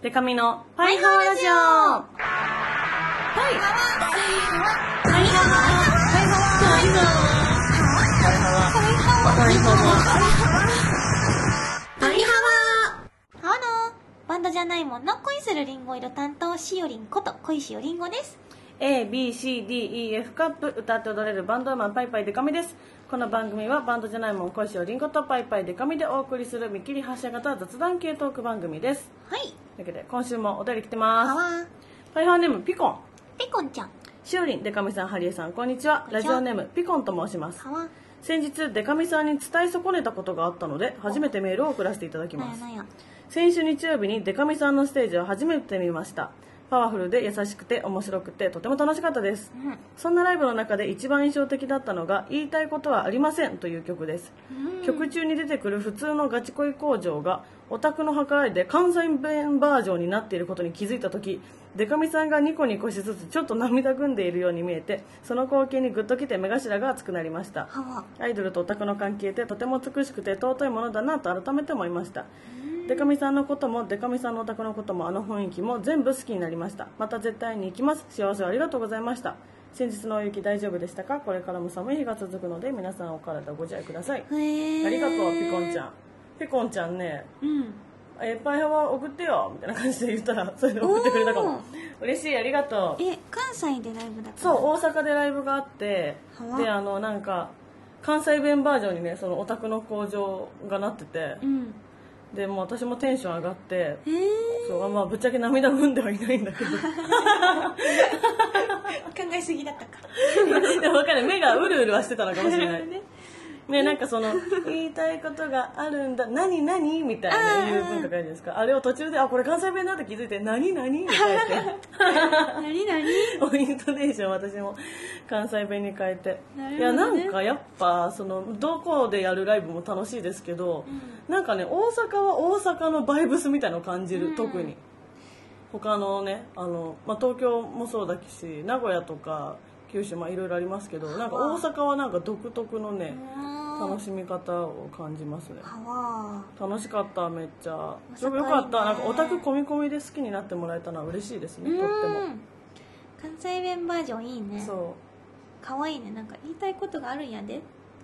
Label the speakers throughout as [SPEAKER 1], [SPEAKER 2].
[SPEAKER 1] デカミのパイハワラジオは
[SPEAKER 2] パリハワハローバンドじゃないもんの恋するリンゴ色担当しおりんこと恋しおりんごです。
[SPEAKER 1] い ABCDEF カップ歌って踊れるバンドウーマンパイパイデカミですこの番組はバンドじゃないもん恋しおりんごとパイパイデカミでお送りする見切り発車型雑談系トーク番組です
[SPEAKER 2] はい。
[SPEAKER 1] というわけで今週もお便り来てま
[SPEAKER 2] ハ
[SPEAKER 1] す
[SPEAKER 2] ワー。
[SPEAKER 1] パイハーネームピコン
[SPEAKER 2] ペコンちゃん。
[SPEAKER 1] しおりんデカミさんハリエさんこんにちは
[SPEAKER 2] こん
[SPEAKER 1] ラ
[SPEAKER 2] にち
[SPEAKER 1] ジ
[SPEAKER 2] は
[SPEAKER 1] オネームピコンと申します
[SPEAKER 2] ハワー。
[SPEAKER 1] 先日デカミさんに伝え損ねたことがあったので初めてメールを送らせていただき
[SPEAKER 2] なん
[SPEAKER 1] ま
[SPEAKER 2] や
[SPEAKER 1] す
[SPEAKER 2] なんや。
[SPEAKER 1] 先週日曜日にデカミさんのステージを初めて見ましたパワフルで優しくて面白くてとても楽しかったです
[SPEAKER 2] うん。
[SPEAKER 1] そんなライブの中で一番印象的だったのが「言いたいことはありません」という曲です、曲中に出てくる普通のガチ恋工場がオタクの計らいで関西弁バージョンになっていることに気づいた時デカミさんがニコニコしつつちょっと涙ぐんでいるように見えてその光景にグッときて目頭が熱くなりました
[SPEAKER 2] ハワ
[SPEAKER 1] アイドルとオタクの関係ってとても美しくて尊いものだなと改めて思いましたデカミさんのこともデカミさんのオタクのこともあの雰囲気も全部好きになりましたまた絶対に行きます幸せをありがとうございました先日の大雪大丈夫でしたかこれからも寒い日が続くので皆さんお体ご自愛ください
[SPEAKER 2] ー。へー。
[SPEAKER 1] ありがとうピコンちゃんピコンちゃんね
[SPEAKER 2] うん。
[SPEAKER 1] えパイハワ送ってよみたいな感じで言ったらそれで送ってくれたかも嬉しいありがとう
[SPEAKER 2] え、関西でライブだから。
[SPEAKER 1] そう大阪でライブがあって
[SPEAKER 2] はあ
[SPEAKER 1] であのなんか関西弁バージョンにねそのオタクの工場がなってて
[SPEAKER 2] うん。
[SPEAKER 1] でもう私もテンション上がって
[SPEAKER 2] へー。
[SPEAKER 1] そうまあぶっちゃけ涙ぐんではいないんだけど
[SPEAKER 2] 考えすぎだったか。
[SPEAKER 1] でも分かる目がうるうるはしてたのかもしれない
[SPEAKER 2] ね
[SPEAKER 1] ねなんかその言いたいことがあるんだ何何みたいないう文化があるじゃないですかあれを途中であこれ関西弁だって気づいて何何みたいな
[SPEAKER 2] なになに
[SPEAKER 1] イントネーション私も関西弁に変えて、
[SPEAKER 2] なるほどね
[SPEAKER 1] いやなんかやっぱそのどこでやるライブも楽しいですけど、なんかね大阪は大阪のバイブスみたいのを感じ
[SPEAKER 2] う
[SPEAKER 1] る、
[SPEAKER 2] ん
[SPEAKER 1] 特に他のねあの、まあ、東京もそうだし名古屋とか九州まあいろいろありますけどなんか大阪はなんか独特のね 楽しみ方を感じますね
[SPEAKER 2] ハワ
[SPEAKER 1] 楽しかっためっちゃ
[SPEAKER 2] 大阪いい
[SPEAKER 1] よ
[SPEAKER 2] ね
[SPEAKER 1] よかったなんかオタク込み込みで好きになってもらえたのは嬉しいです
[SPEAKER 2] ー。
[SPEAKER 1] ねとって
[SPEAKER 2] う
[SPEAKER 1] も
[SPEAKER 2] ん。関西弁バージョンいいね。
[SPEAKER 1] そう
[SPEAKER 2] かわいいね。なんか言いたいことがあるんやで。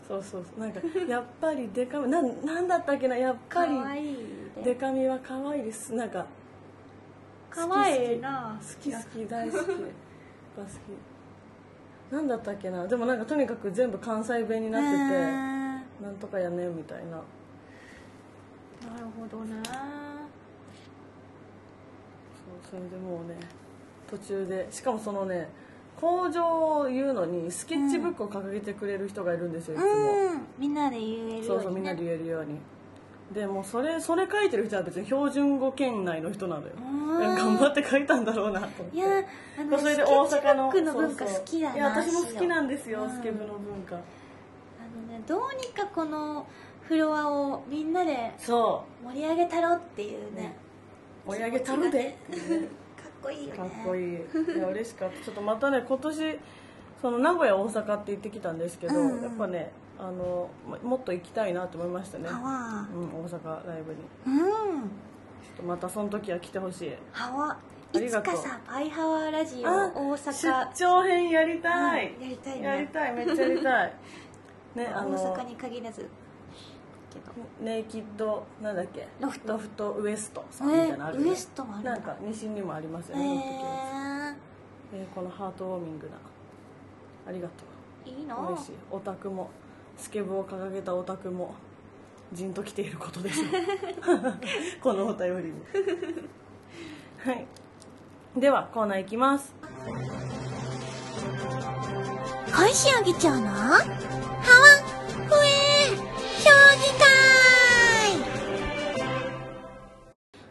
[SPEAKER 1] そうそうそうなんかやっぱりデカミなんなんだったっけなやっ
[SPEAKER 2] か
[SPEAKER 1] ぱり
[SPEAKER 2] わいい
[SPEAKER 1] デ
[SPEAKER 2] で。
[SPEAKER 1] カミは可愛いですなんか
[SPEAKER 2] かわいいな
[SPEAKER 1] 好。き好き大好きやっぱ好きなんだったっけなでもなんかとにかく全部関西弁になって
[SPEAKER 2] なって
[SPEAKER 1] てなんとかやねみたいな
[SPEAKER 2] てなるほどな
[SPEAKER 1] そうそれでもうね途中でしかもそのね工場を言うのにスケッチブックを掲げてくれる人がいるんですよ、いつも。
[SPEAKER 2] うんみんなで言える
[SPEAKER 1] そ
[SPEAKER 2] よ
[SPEAKER 1] うそううみ
[SPEAKER 2] に
[SPEAKER 1] んな
[SPEAKER 2] ね
[SPEAKER 1] で言えるようにでもうそれそれ書いてる人は別に標準語圏内の人なのよ
[SPEAKER 2] あー
[SPEAKER 1] 頑張って書いたんだろうなと思って
[SPEAKER 2] いやーあの
[SPEAKER 1] それで大阪の
[SPEAKER 2] スケッチブックの文化
[SPEAKER 1] そうそう
[SPEAKER 2] 好きだない
[SPEAKER 1] や私も好きなんですよ、
[SPEAKER 2] うん
[SPEAKER 1] スケブの文化
[SPEAKER 2] あのねどうにかこのフロアをみんなで
[SPEAKER 1] そ
[SPEAKER 2] 盛り上げたろっていうね
[SPEAKER 1] う追い上げたるで
[SPEAKER 2] かっこいいよね
[SPEAKER 1] かっこいいいや嬉しかったちょっとまたね今年その名古屋大阪って行ってきたんですけど、
[SPEAKER 2] うんうん
[SPEAKER 1] やっぱねあのももっと行きたいなと思いましたね、
[SPEAKER 2] ハワ
[SPEAKER 1] うん、大阪ライブに
[SPEAKER 2] ーうん
[SPEAKER 1] ちょっとまたその時は来てほしい
[SPEAKER 2] ハワ
[SPEAKER 1] あ
[SPEAKER 2] ーい
[SPEAKER 1] り
[SPEAKER 2] つ
[SPEAKER 1] がとう
[SPEAKER 2] かさパイハワーラジオ
[SPEAKER 1] あ
[SPEAKER 2] 大阪
[SPEAKER 1] 出張編やりたい、
[SPEAKER 2] うんやりたいね
[SPEAKER 1] やりたいめっちゃや りたいねあ
[SPEAKER 2] 大阪
[SPEAKER 1] の
[SPEAKER 2] に限らずけど
[SPEAKER 1] ネイキッドなんだっけ
[SPEAKER 2] ロフト
[SPEAKER 1] ウエストさんみたいなのあ
[SPEAKER 2] え
[SPEAKER 1] る、
[SPEAKER 2] ウエストもあるんだ
[SPEAKER 1] なんか西にもありますよ
[SPEAKER 2] え
[SPEAKER 1] ね、ロフト系
[SPEAKER 2] ー
[SPEAKER 1] えーこのハートウォーミングなありがと
[SPEAKER 2] いいうの
[SPEAKER 1] 嬉しいオタクもスケブを掲げたオタクもじんと来ていることです このお便りにはいではコーナーいきます
[SPEAKER 2] 恋しおぎちょうのハワふえ将棋会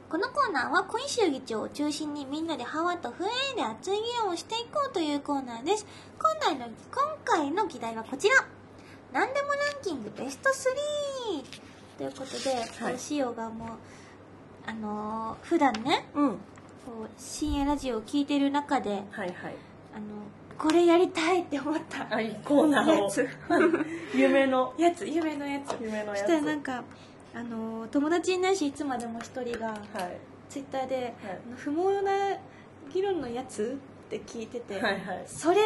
[SPEAKER 2] このコーナーは恋しおぎちょうを中心にみんなでハワとふえで熱い議論をしていこうというコーナーです今回の今回の議題はこちら何でもランキングベスト3ということで、
[SPEAKER 1] はい
[SPEAKER 2] こうしおがもうあのー普段ね
[SPEAKER 1] うんはい
[SPEAKER 2] こう深夜ラジオを聞いてる中で
[SPEAKER 1] はい
[SPEAKER 2] あのこれやりたいって思った
[SPEAKER 1] はいコーナー
[SPEAKER 2] や
[SPEAKER 1] を
[SPEAKER 2] つ
[SPEAKER 1] 夢の
[SPEAKER 2] やつ夢のやつ
[SPEAKER 1] 夢の
[SPEAKER 2] そ
[SPEAKER 1] や
[SPEAKER 2] し
[SPEAKER 1] つ
[SPEAKER 2] たらなんかあのー友達いないしいつまでも一人が
[SPEAKER 1] はい
[SPEAKER 2] ツイッターで、あの不毛な議論のやつって聞いてて、
[SPEAKER 1] はいはい
[SPEAKER 2] そ れい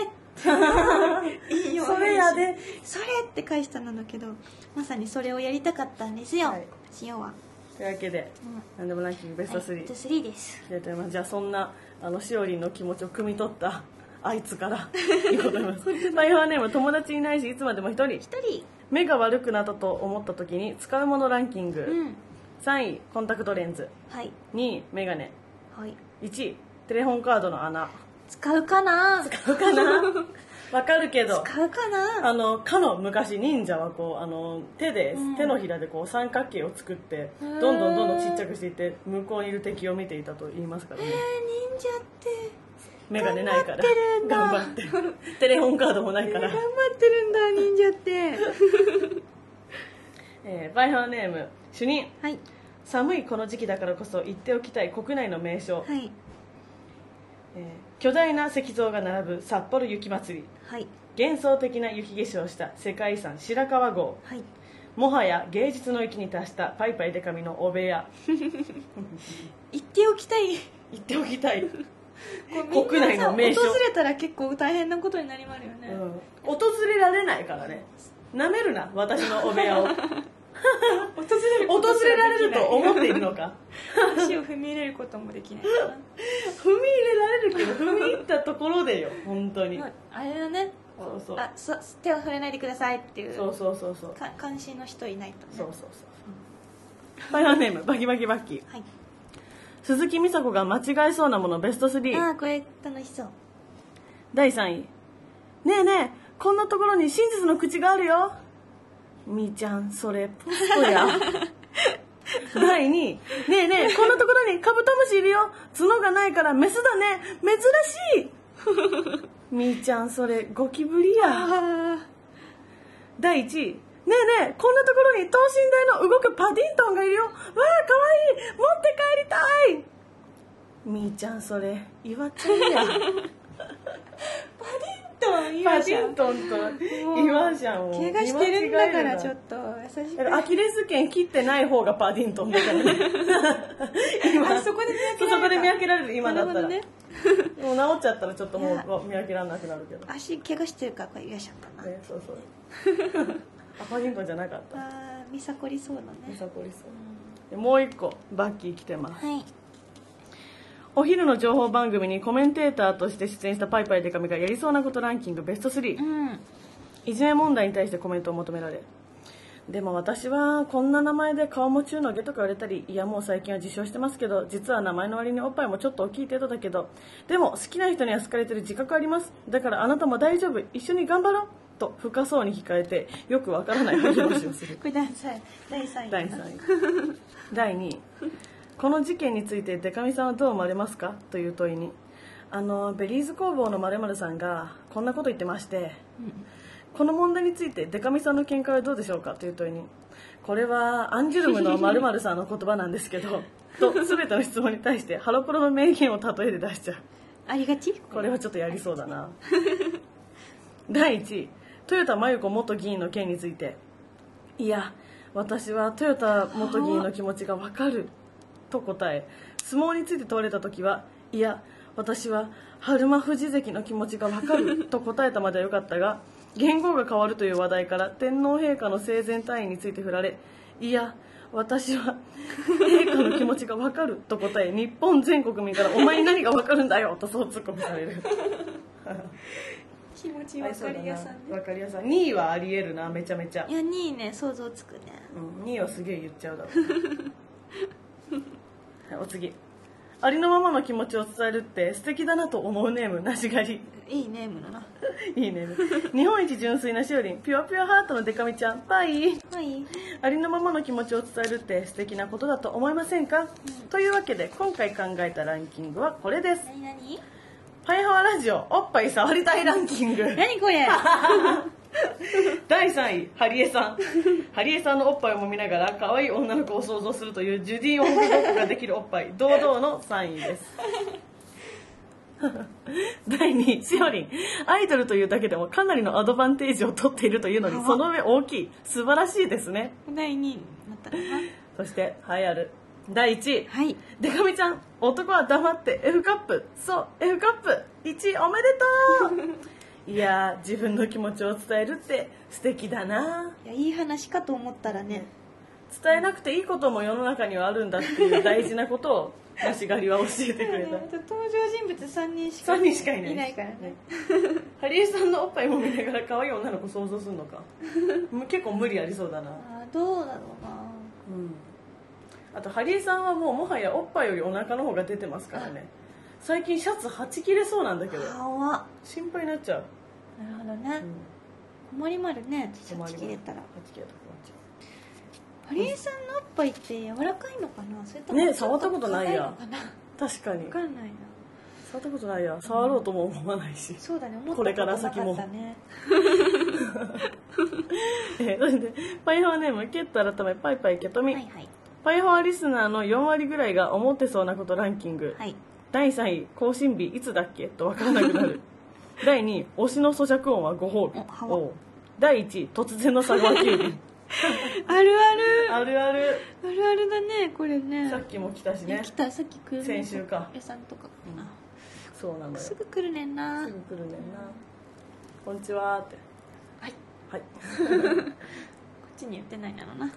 [SPEAKER 2] いよ
[SPEAKER 1] それやで
[SPEAKER 2] それって返したんだけどまさにそれをやりたかったんですよ、
[SPEAKER 1] はい
[SPEAKER 2] 塩は、
[SPEAKER 1] というわけで
[SPEAKER 2] うん
[SPEAKER 1] 何でもランキングベスト3、
[SPEAKER 2] はいベスト3です
[SPEAKER 1] ありがとうございますじゃあそんなあのしおりんの気持ちを汲み取ったあい つからいこうと思います台湾ネーム友達いないしいつまでも一人
[SPEAKER 2] 一
[SPEAKER 1] 目が悪くなったと思った時に使うものランキング、
[SPEAKER 2] 人うん
[SPEAKER 1] 3位コンタクトレンズ
[SPEAKER 2] はい
[SPEAKER 1] 2位メガネ
[SPEAKER 2] はい
[SPEAKER 1] 1位テレホンカードの穴
[SPEAKER 2] 使うかな使うか な
[SPEAKER 1] わかるけど
[SPEAKER 2] 使うかな
[SPEAKER 1] あのかの昔忍者はこうあの手で、
[SPEAKER 2] うん
[SPEAKER 1] 手のひらでこう三角形を作って
[SPEAKER 2] へ
[SPEAKER 1] ど
[SPEAKER 2] ー
[SPEAKER 1] んどんどんどんちっちゃくしていって向こうにいる敵を見ていたと言いますからね
[SPEAKER 2] えー忍者って
[SPEAKER 1] 眼鏡ないから
[SPEAKER 2] 頑
[SPEAKER 1] 頑
[SPEAKER 2] 張
[SPEAKER 1] 張
[SPEAKER 2] っ
[SPEAKER 1] ってて テレホンカードもないか
[SPEAKER 2] 頑張
[SPEAKER 1] ら
[SPEAKER 2] っ、てるんだ忍者って
[SPEAKER 1] えーバイハーネーム主任
[SPEAKER 2] はい
[SPEAKER 1] 寒いこの時期だからこそ言っておきたい国内の名所、
[SPEAKER 2] はい
[SPEAKER 1] えー巨大な石像が並ぶ札幌雪まつり
[SPEAKER 2] はい
[SPEAKER 1] 幻想的な雪化粧をした世界遺産白川郷
[SPEAKER 2] はい
[SPEAKER 1] もはや芸術の域に達したパイパイデカミのお部屋
[SPEAKER 2] 言っておきたい
[SPEAKER 1] 行っておきたい、
[SPEAKER 2] こう
[SPEAKER 1] 国内の名所
[SPEAKER 2] みんなさ訪れたら結構大変なことになりまるよね、
[SPEAKER 1] うん訪れられないからねなめるな私のお部屋を訪
[SPEAKER 2] 訪れ
[SPEAKER 1] れられると思 っているのか
[SPEAKER 2] 足を踏み入れることもできないから
[SPEAKER 1] 踏み入れられるけど踏み入ったところでよ本当に、
[SPEAKER 2] まああれだね
[SPEAKER 1] そうそう
[SPEAKER 2] あそ手を触れないでくださいっていう
[SPEAKER 1] そうそうそうそう
[SPEAKER 2] か監視の人いないとね
[SPEAKER 1] そうそうそうバイオネームバキバキバッキー
[SPEAKER 2] はい、
[SPEAKER 1] 鈴木美佐子が間違えそうなものベスト3
[SPEAKER 2] ああこれ楽しそう
[SPEAKER 1] 第3位ねえねえこんなところに真実の口があるよみーちゃんそれポストや第2位ねえねえこんなところにカブトムシいるよ角がないからメスだね珍しいみーちゃんそれゴキブリや
[SPEAKER 2] あ
[SPEAKER 1] 第1位ねえねえこんなところに等身大の動くパディントンがいるよわあかわいい持って帰りたいみーちゃんそれ岩ちゃんや
[SPEAKER 2] と言い
[SPEAKER 1] パ
[SPEAKER 2] ま
[SPEAKER 1] デ
[SPEAKER 2] し
[SPEAKER 1] ィントンとイワシャンを
[SPEAKER 2] 怪我してるんだからちょっ
[SPEAKER 1] と
[SPEAKER 2] と優しく
[SPEAKER 1] アキレス腱切ってない方がパディントンだからね今
[SPEAKER 2] あそこで見分けられた
[SPEAKER 1] そうそこで見分けられる今だったら、
[SPEAKER 2] なる
[SPEAKER 1] もう治っちゃったらちょっと
[SPEAKER 2] い
[SPEAKER 1] も
[SPEAKER 2] や
[SPEAKER 1] う見分けられなくなるけど、ね、
[SPEAKER 2] 足怪我してるからこれいらっしゃったな、
[SPEAKER 1] そう そうあパディントンじゃなかった
[SPEAKER 2] ああ見さこりそうだ
[SPEAKER 1] ミ
[SPEAKER 2] ね
[SPEAKER 1] サコリスでもう一個バッキー来てます
[SPEAKER 2] はい
[SPEAKER 1] お昼の情報番組にコメンテーターとして出演したパイパイデカミがやりそうなことランキングベスト3、
[SPEAKER 2] うん
[SPEAKER 1] いじめ問題に対してコメントを求められでも私はこんな名前で顔も中の下とか言われたりいやもう最近は自称してますけど実は名前の割におっぱいもちょっと大きい程度だけどでも好きな人には好かれてる自覚ありますだからあなたも大丈夫一緒に頑張ろうと深そうに控えてよくわからない話をする
[SPEAKER 2] これ第3位第3位
[SPEAKER 1] 第3位第2位この事件についてデカミさんはどう思われますかという問いにあのベリーズ工房の〇〇さんがこんなこと言ってまして
[SPEAKER 2] うん
[SPEAKER 1] この問題についてデカミさんの見解はどうでしょうかという問いにこれはアンジュルムの〇〇さんの言葉なんですけどと全ての質問に対してハロプロの名言を例えで出しちゃう
[SPEAKER 2] ありがち
[SPEAKER 1] これはちょっとやりそうだな第1位豊田真由子元議員の件についていや私は豊田元議員の気持ちがわかると答え相撲について問われた時はいや私は春馬富士関の気持ちがわかると答えたまではよかったが言語が変わるという話題から天皇陛下の生前退位について振られいや私は陛下の気持ちがわかると答え日本全国民から「お前に何がわかるんだよ」とそう突っ込みされる
[SPEAKER 2] 気持ち分かりやさんね
[SPEAKER 1] わかりやさん2位はありえるなめちゃめちゃ
[SPEAKER 2] い、や2位ね想像つくね
[SPEAKER 1] うん、2位はすげえ言っちゃうだろうねはいお次ありのままの気持ちを伝えるって素敵だなと思うネームなしがり
[SPEAKER 2] いいネームだない
[SPEAKER 1] いね日本一純粋なしおりんピュアピュアハートのデカミちゃんバイ
[SPEAKER 2] はい
[SPEAKER 1] ありのままの気持ちを伝えるって素敵なことだと思いませんか、というわけで今回考えたランキングはこれです
[SPEAKER 2] 何何
[SPEAKER 1] 「ハイハワラジオおっぱい触りたいランキング」
[SPEAKER 2] 何こ れ
[SPEAKER 1] 第3位ハリエさんハリエさんのおっぱいを揉みながら可愛い女の子を想像するというジュディ・オンフごっこができるおっぱい堂々の3位です 第2位しおりんアイドルというだけでもかなりのアドバンテージを取っているというのにその上大きい素晴らしいですね
[SPEAKER 2] 第2位だったかな
[SPEAKER 1] そして栄えある第1位
[SPEAKER 2] はい
[SPEAKER 1] でかみちゃん男は黙って F カップそう F カップ1位おめでとういやー自分の気持ちを伝えるって素敵だない
[SPEAKER 2] やいい話かと思ったらね
[SPEAKER 1] 伝えなくていいことも世の中にはあるんだっていう大事なことをマシガリは教えてく れた
[SPEAKER 2] 登場人物3人しか
[SPEAKER 1] 3人しかいない
[SPEAKER 2] いないからね
[SPEAKER 1] ハリエさんのおっぱいも見ながら可愛い女の子想像するのかむ結構無理ありそうだな
[SPEAKER 2] あーどうだろうな
[SPEAKER 1] うんあとハリエさんはもうもはやおっぱいよりお腹の方が出てますからね最近シャツはち切れそうなんだけど
[SPEAKER 2] わっ
[SPEAKER 1] 心配になっちゃう、
[SPEAKER 2] なるほど
[SPEAKER 1] う
[SPEAKER 2] ね
[SPEAKER 1] ん、
[SPEAKER 2] 困りまるねシ
[SPEAKER 1] 困
[SPEAKER 2] ャチ
[SPEAKER 1] りま
[SPEAKER 2] 切
[SPEAKER 1] る
[SPEAKER 2] れたら
[SPEAKER 1] はち切れたくなっちゃ
[SPEAKER 2] ハ
[SPEAKER 1] う
[SPEAKER 2] リエさんのおっぱいって柔らかいのかなそれとも
[SPEAKER 1] ね触ったことないや
[SPEAKER 2] 硬のかな
[SPEAKER 1] 確かに
[SPEAKER 2] 分かんないな
[SPEAKER 1] 触ったことないや触ろうとも思わないし、
[SPEAKER 2] そうだね思った
[SPEAKER 1] これ
[SPEAKER 2] こ
[SPEAKER 1] か
[SPEAKER 2] と
[SPEAKER 1] ら
[SPEAKER 2] なか
[SPEAKER 1] 先
[SPEAKER 2] っ
[SPEAKER 1] も
[SPEAKER 2] たね
[SPEAKER 1] えーそれでパイハワネームケット改めパイパイケトミ、
[SPEAKER 2] はいはい
[SPEAKER 1] パイハワリスナーの4割ぐらいが思ってそうなことランキング、
[SPEAKER 2] はい
[SPEAKER 1] 第3位更新日いつだっけと分からなくな る第2位推しの咀嚼音はご褒美
[SPEAKER 2] おハワ
[SPEAKER 1] おう第1位突然の佐川急便
[SPEAKER 2] あるある
[SPEAKER 1] ある
[SPEAKER 2] あ
[SPEAKER 1] ある
[SPEAKER 2] るあるだねこれね
[SPEAKER 1] さっきも来たし
[SPEAKER 2] ね
[SPEAKER 1] ね
[SPEAKER 2] 来たさっき来る
[SPEAKER 1] 先週か
[SPEAKER 2] 屋さんとかかな、
[SPEAKER 1] そうなのよ
[SPEAKER 2] す
[SPEAKER 1] す
[SPEAKER 2] ぐ来るねんな、
[SPEAKER 1] ぐ来るねんな「こんにちは」って
[SPEAKER 2] はいこ
[SPEAKER 1] はい
[SPEAKER 2] っちに言ってないなのな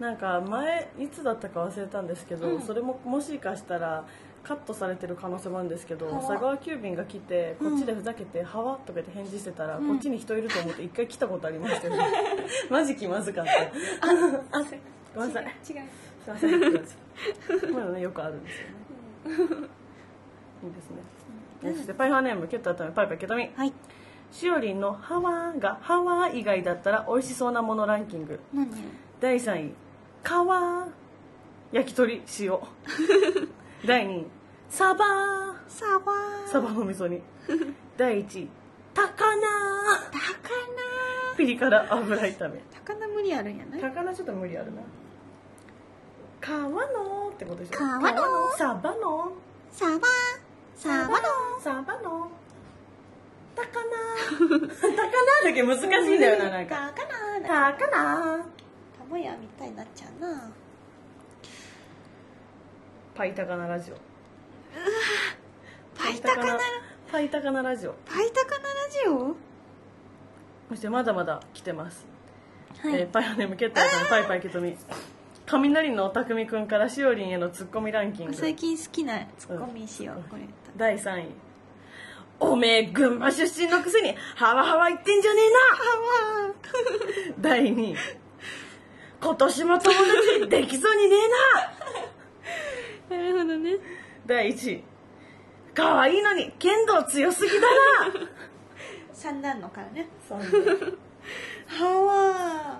[SPEAKER 1] なんか前いつだったか忘れたんですけど、
[SPEAKER 2] うん
[SPEAKER 1] それももしかしたらカットされてる可能性もあるんですけど
[SPEAKER 2] はわ
[SPEAKER 1] 佐川急便が来てこっちでふざけて「はわ」とか言って返事してたら、こっちに人いると思って一回来たことありました よねマジ気まずかった
[SPEAKER 2] あ
[SPEAKER 1] ごめんなさい
[SPEAKER 2] 違う違う
[SPEAKER 1] すいませんってこういうのねよくあるんですよねいいですねそしてパイハーネームケット頭パイパイケトミ
[SPEAKER 2] はい
[SPEAKER 1] しおりんの「ハワー」が「ハワー」以外だったら美味しそうなものランキング
[SPEAKER 2] 何
[SPEAKER 1] 第3位「皮焼き鳥 塩」第2位「サバ
[SPEAKER 2] サバー
[SPEAKER 1] サバの味噌 煮」第1位「高菜
[SPEAKER 2] 高」
[SPEAKER 1] ピリ辛油炒め
[SPEAKER 2] 菜高菜無理あるんやない
[SPEAKER 1] 高菜ちょっと無理あるな皮のってことでしょ
[SPEAKER 2] 皮の
[SPEAKER 1] サバの
[SPEAKER 2] サバーサバの
[SPEAKER 1] サバの高菜 高菜だけ難しいんだよななんか
[SPEAKER 2] 高菜だ
[SPEAKER 1] 高菜
[SPEAKER 2] 玉屋みたいになっちゃうな
[SPEAKER 1] パイ高菜ラジオ
[SPEAKER 2] パイ高菜
[SPEAKER 1] パイ高菜ラジオ
[SPEAKER 2] パイ高菜ラジオ
[SPEAKER 1] そしてまだまだ来てます、
[SPEAKER 2] はい、
[SPEAKER 1] えーパイオネームケッターさんパイパイケトミ雷のおたくみくんからしおりんへのツッコミランキング
[SPEAKER 2] 最近好きなツッコミしよう、これ
[SPEAKER 1] 第3位おめえ群馬出身のくせにハワハワ言ってんじゃねえな第2位今年も友達できそうにねえな
[SPEAKER 2] なるほどね
[SPEAKER 1] 第1位可愛いのに剣道強すぎだな
[SPEAKER 2] 三男のからね
[SPEAKER 1] そんな
[SPEAKER 2] ハワ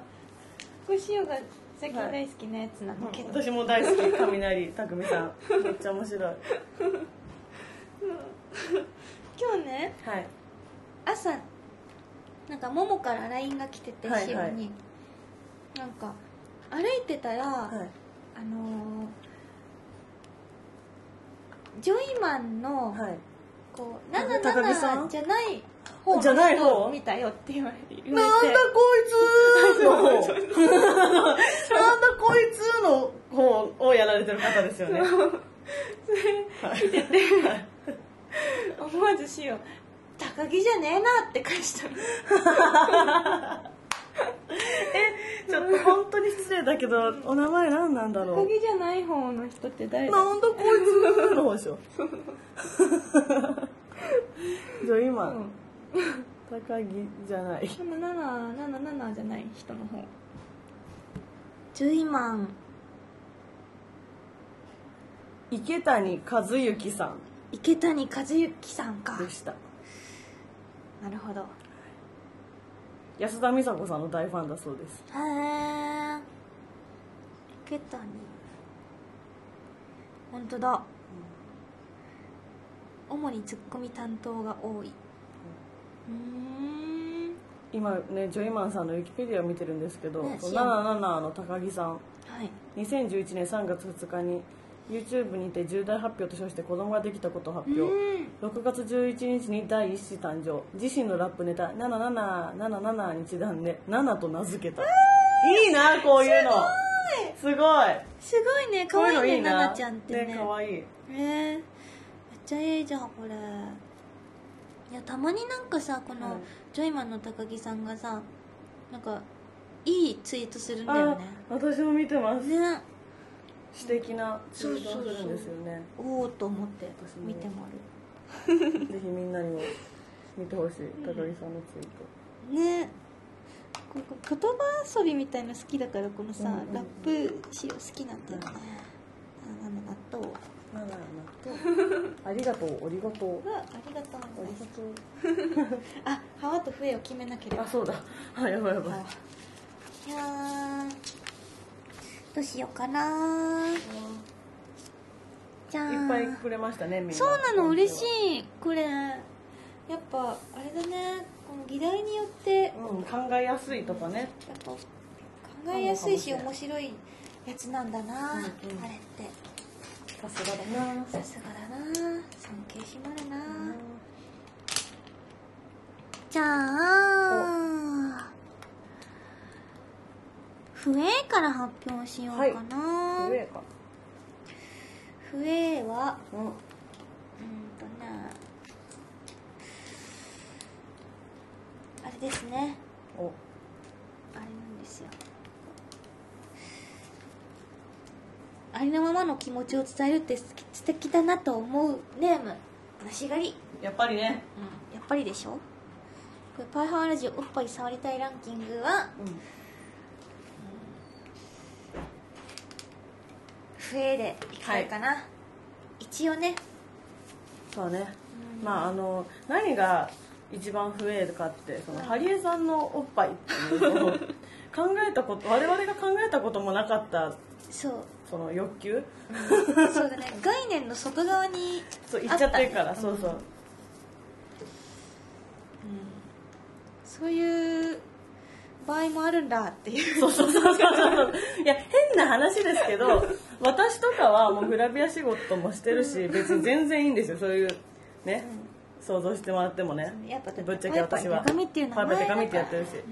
[SPEAKER 2] ーこれ塩が最近大好きなやつなんだけど、
[SPEAKER 1] 私も大好き雷匠さんめっちゃ面白いは
[SPEAKER 2] 今日ね
[SPEAKER 1] い
[SPEAKER 2] 朝なんかももから LINE が来てて、
[SPEAKER 1] はいはい
[SPEAKER 2] 塩になんか歩いてたら、
[SPEAKER 1] はい
[SPEAKER 2] あのージョイマンの、
[SPEAKER 1] はい
[SPEAKER 2] こう「
[SPEAKER 1] 高木さ
[SPEAKER 2] 77」
[SPEAKER 1] ん
[SPEAKER 2] じゃない方
[SPEAKER 1] じゃない
[SPEAKER 2] の人
[SPEAKER 1] 方
[SPEAKER 2] を見たよって言われて言わ
[SPEAKER 1] なん
[SPEAKER 2] れ
[SPEAKER 1] だ
[SPEAKER 2] て
[SPEAKER 1] こいつの方なんだこいつの方をやられてる方ですよね。はい
[SPEAKER 2] 思わずしよう高木じゃねえなって返した
[SPEAKER 1] ちょっと本当に失礼だけど、お名前何なんだろ
[SPEAKER 2] 高
[SPEAKER 1] う。
[SPEAKER 2] 木じゃない方の人って誰だ
[SPEAKER 1] なんだこいつの方でしょ。 じゃあ今、
[SPEAKER 2] うん
[SPEAKER 1] 高木じゃない。
[SPEAKER 2] でも777じゃない人の方ジョイマン
[SPEAKER 1] 池谷和幸さん
[SPEAKER 2] 池谷和幸さんか
[SPEAKER 1] でした。
[SPEAKER 2] なるほど
[SPEAKER 1] 安田美沙子さんの大ファンだそうです。
[SPEAKER 2] へえ池谷本当だ、主にツッコミ担当が多いうんん
[SPEAKER 1] 今ね、ジョイマンさんのウィキペディアを見てるんですけど、
[SPEAKER 2] ね
[SPEAKER 1] その77の高木さん。
[SPEAKER 2] はい
[SPEAKER 1] 2011年3月2日に YouTube にて重大発表と称して子供ができたことを発表
[SPEAKER 2] うん
[SPEAKER 1] 6月11日に第1子誕生自身のラップネタ「7777」にちなんで「7」と名付けたいいなこういうの
[SPEAKER 2] い
[SPEAKER 1] すごい
[SPEAKER 2] すごいね
[SPEAKER 1] こ
[SPEAKER 2] 可
[SPEAKER 1] う
[SPEAKER 2] 愛
[SPEAKER 1] いうの
[SPEAKER 2] い
[SPEAKER 1] い
[SPEAKER 2] ね
[SPEAKER 1] い
[SPEAKER 2] な
[SPEAKER 1] な
[SPEAKER 2] なちゃんってね
[SPEAKER 1] ね可愛いい
[SPEAKER 2] えーめっちゃいいじゃんこれいやたまになんかさこの、
[SPEAKER 1] うん
[SPEAKER 2] ジョイマンの高木さんがさなんかいいツイートするんだよね
[SPEAKER 1] あ私も見てます
[SPEAKER 2] ね
[SPEAKER 1] 素敵なツイートをするんですよね
[SPEAKER 2] おおと思って
[SPEAKER 1] 私も
[SPEAKER 2] 見てもら
[SPEAKER 1] ぜひみんなにも見てほしい高木さんのツイート
[SPEAKER 2] うねここ言葉遊びみたいの好きだからこのさ、
[SPEAKER 1] うんうんうん
[SPEAKER 2] ラップしよう好きなんだよね、あ なんだ納豆
[SPEAKER 1] なんだろうなありがとうありがとう
[SPEAKER 2] うわありがとう
[SPEAKER 1] あ
[SPEAKER 2] ござい
[SPEAKER 1] り
[SPEAKER 2] ます
[SPEAKER 1] がとう
[SPEAKER 2] あハワと笛を決めなければ
[SPEAKER 1] あそうだあやばいやばい
[SPEAKER 2] あいやーどうしようかなじゃ
[SPEAKER 1] い
[SPEAKER 2] ん
[SPEAKER 1] っぱいくれましたねみんな
[SPEAKER 2] そうなの嬉し
[SPEAKER 1] い
[SPEAKER 2] いこれやっぱあれだねこの議題によってやっ
[SPEAKER 1] うん考えやすいとかね
[SPEAKER 2] ぱ考えやすいし
[SPEAKER 1] そうか
[SPEAKER 2] 面
[SPEAKER 1] も
[SPEAKER 2] 白いやつなんだな、
[SPEAKER 1] うんうん
[SPEAKER 2] あれって
[SPEAKER 1] さすがだな
[SPEAKER 2] さすがだな尊敬しまるな、じゃあ不衛から発表しようかな、
[SPEAKER 1] うん上か
[SPEAKER 2] 不衛は
[SPEAKER 1] うん
[SPEAKER 2] うんとねあれですね
[SPEAKER 1] お
[SPEAKER 2] あれなんですよありのままの気持ちを伝えるって素敵素敵だなと思うネーム梨狩り、
[SPEAKER 1] やっぱりね
[SPEAKER 2] やっぱりでしょこれパイハワラジオおっぱい触りたいランキングは
[SPEAKER 1] うん
[SPEAKER 2] 不衛でいきたいかな、一応ね
[SPEAKER 1] そうねまああの何が一番増えるかってそのハリエさんのおっぱいっていうのを 考えたこと我々が考えたこともなかった
[SPEAKER 2] そう
[SPEAKER 1] その欲求
[SPEAKER 2] そうだね概念の外側に
[SPEAKER 1] そう言っちゃってるから、
[SPEAKER 2] あったね
[SPEAKER 1] そうそう
[SPEAKER 2] そういう場合もあるんだっていう
[SPEAKER 1] そうそうそうそうそういや変な話ですけど私とかはもうグラビア仕事もしてるし別に全然いいんですよそういうね、想像してもらってもね
[SPEAKER 2] やっぱだって
[SPEAKER 1] ぶっちゃけ私は
[SPEAKER 2] パイパイ手紙っていう名前だから
[SPEAKER 1] パイパイ手紙ってやってるし、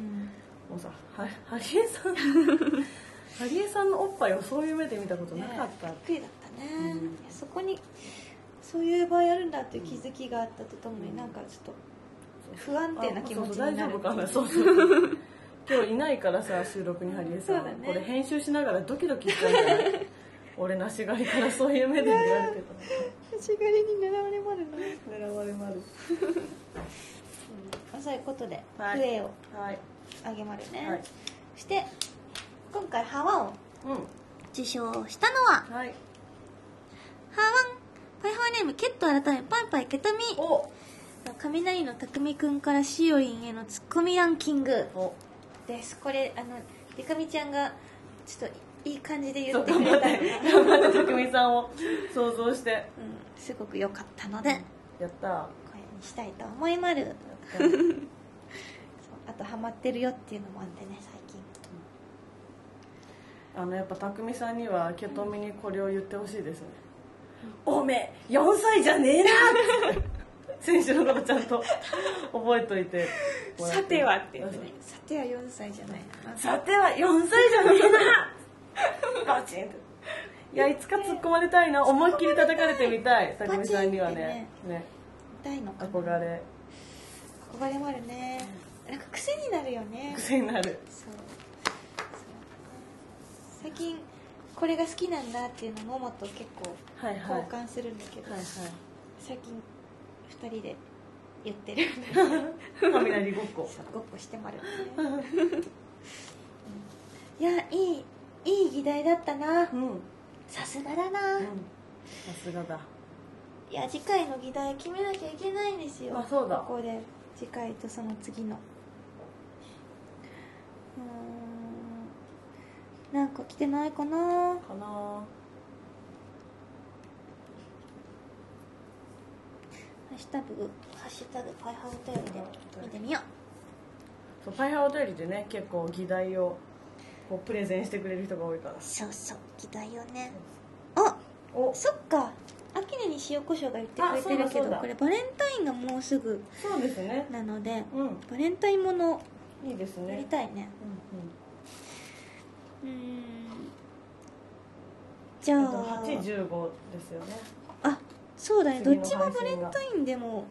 [SPEAKER 1] もうさはハリ エさんハリエさんのおっぱいをそういう目で見たことなかったって
[SPEAKER 2] びっくりだったね、
[SPEAKER 1] うん
[SPEAKER 2] いやそこにそういう場合あるんだっていう気づきがあったとともに、なんかちょっと不安定な気持ちになる
[SPEAKER 1] あそうそう大丈夫かなそう そう今日いないからさ収録にハリエさん、
[SPEAKER 2] そうだね
[SPEAKER 1] これ編集しながらドキドキしちゃうんじゃない 俺なしがりからそういう目で見られて
[SPEAKER 2] 足狩りに狙われまるな、
[SPEAKER 1] た狙われまる
[SPEAKER 2] まあそういうことで、
[SPEAKER 1] はい
[SPEAKER 2] 笛を
[SPEAKER 1] はい
[SPEAKER 2] あげまるね、
[SPEAKER 1] はい
[SPEAKER 2] そして今回ハワを
[SPEAKER 1] う
[SPEAKER 2] 受賞したのは
[SPEAKER 1] んはい
[SPEAKER 2] ハワンパイハワネームケット改めパイパイケトミ
[SPEAKER 1] お
[SPEAKER 2] 雷の匠くんからしおりんへのツッコミランキング
[SPEAKER 1] お
[SPEAKER 2] ですこれあのでかみちゃんがちょっといい感じで言
[SPEAKER 1] そう
[SPEAKER 2] ってく
[SPEAKER 1] 頑
[SPEAKER 2] れ
[SPEAKER 1] 張ったて頑張って匠さんを想像してや
[SPEAKER 2] うん、すごく良かったのでこ
[SPEAKER 1] ったや
[SPEAKER 2] れにしたいと思いまる
[SPEAKER 1] った
[SPEAKER 2] そうあとハマってるよっていうのもあってね最近
[SPEAKER 1] あのやっぱ匠さんにはケトミにこれを言ってほしいですねおめえ4歳じゃねえなって選手のことちゃんと覚えといてもら
[SPEAKER 2] さては4歳じゃないな
[SPEAKER 1] さては4歳じゃねえなバチンといやいつか突っ込まれたいな思いっきり叩かれてみたい
[SPEAKER 2] チン
[SPEAKER 1] 匠さんにはね
[SPEAKER 2] っ
[SPEAKER 1] ね
[SPEAKER 2] 痛いのかな
[SPEAKER 1] 憧れ
[SPEAKER 2] 憧れもあるねなんか癖になるよね
[SPEAKER 1] 癖になる
[SPEAKER 2] そうそう最近これが好きなんだっていうのももと結構
[SPEAKER 1] はいはい
[SPEAKER 2] 交換するんだけど、
[SPEAKER 1] はい
[SPEAKER 2] 最近2人で言ってる
[SPEAKER 1] はい雷ごっこ
[SPEAKER 2] ごっこしてまる、ね、いやいいいい議題だったな
[SPEAKER 1] うん、うん、
[SPEAKER 2] さすがだな、
[SPEAKER 1] さすがだ
[SPEAKER 2] いや次回の議題決めなきゃいけないんですよ
[SPEAKER 1] あそうだ
[SPEAKER 2] ここで次回とその次のうーんなんか来てないかな
[SPEAKER 1] かなあ
[SPEAKER 2] ハッシュタグ、ハッシュタグ、パイハウお便りで見てみよう。
[SPEAKER 1] そうパイハーお便りでね結構議題をこうプレゼンしてくれる人が多いから
[SPEAKER 2] そうそう、期待よね。あ、
[SPEAKER 1] お
[SPEAKER 2] そっか。アキネに塩コショウが言ってくれてる
[SPEAKER 1] あそうだ
[SPEAKER 2] け
[SPEAKER 1] そう
[SPEAKER 2] ど、
[SPEAKER 1] だ
[SPEAKER 2] これバレンタインがもうすぐ
[SPEAKER 1] そうですね
[SPEAKER 2] なので、
[SPEAKER 1] う
[SPEAKER 2] バレンタインもの
[SPEAKER 1] んいいです
[SPEAKER 2] やり
[SPEAKER 1] ね
[SPEAKER 2] たいね。
[SPEAKER 1] うん
[SPEAKER 2] うーん。じ
[SPEAKER 1] えっ
[SPEAKER 2] ゃ
[SPEAKER 1] と、
[SPEAKER 2] あ、
[SPEAKER 1] 815ですよね
[SPEAKER 2] あそうだねど
[SPEAKER 1] 次
[SPEAKER 2] っ
[SPEAKER 1] の
[SPEAKER 2] ちもバレンタインでも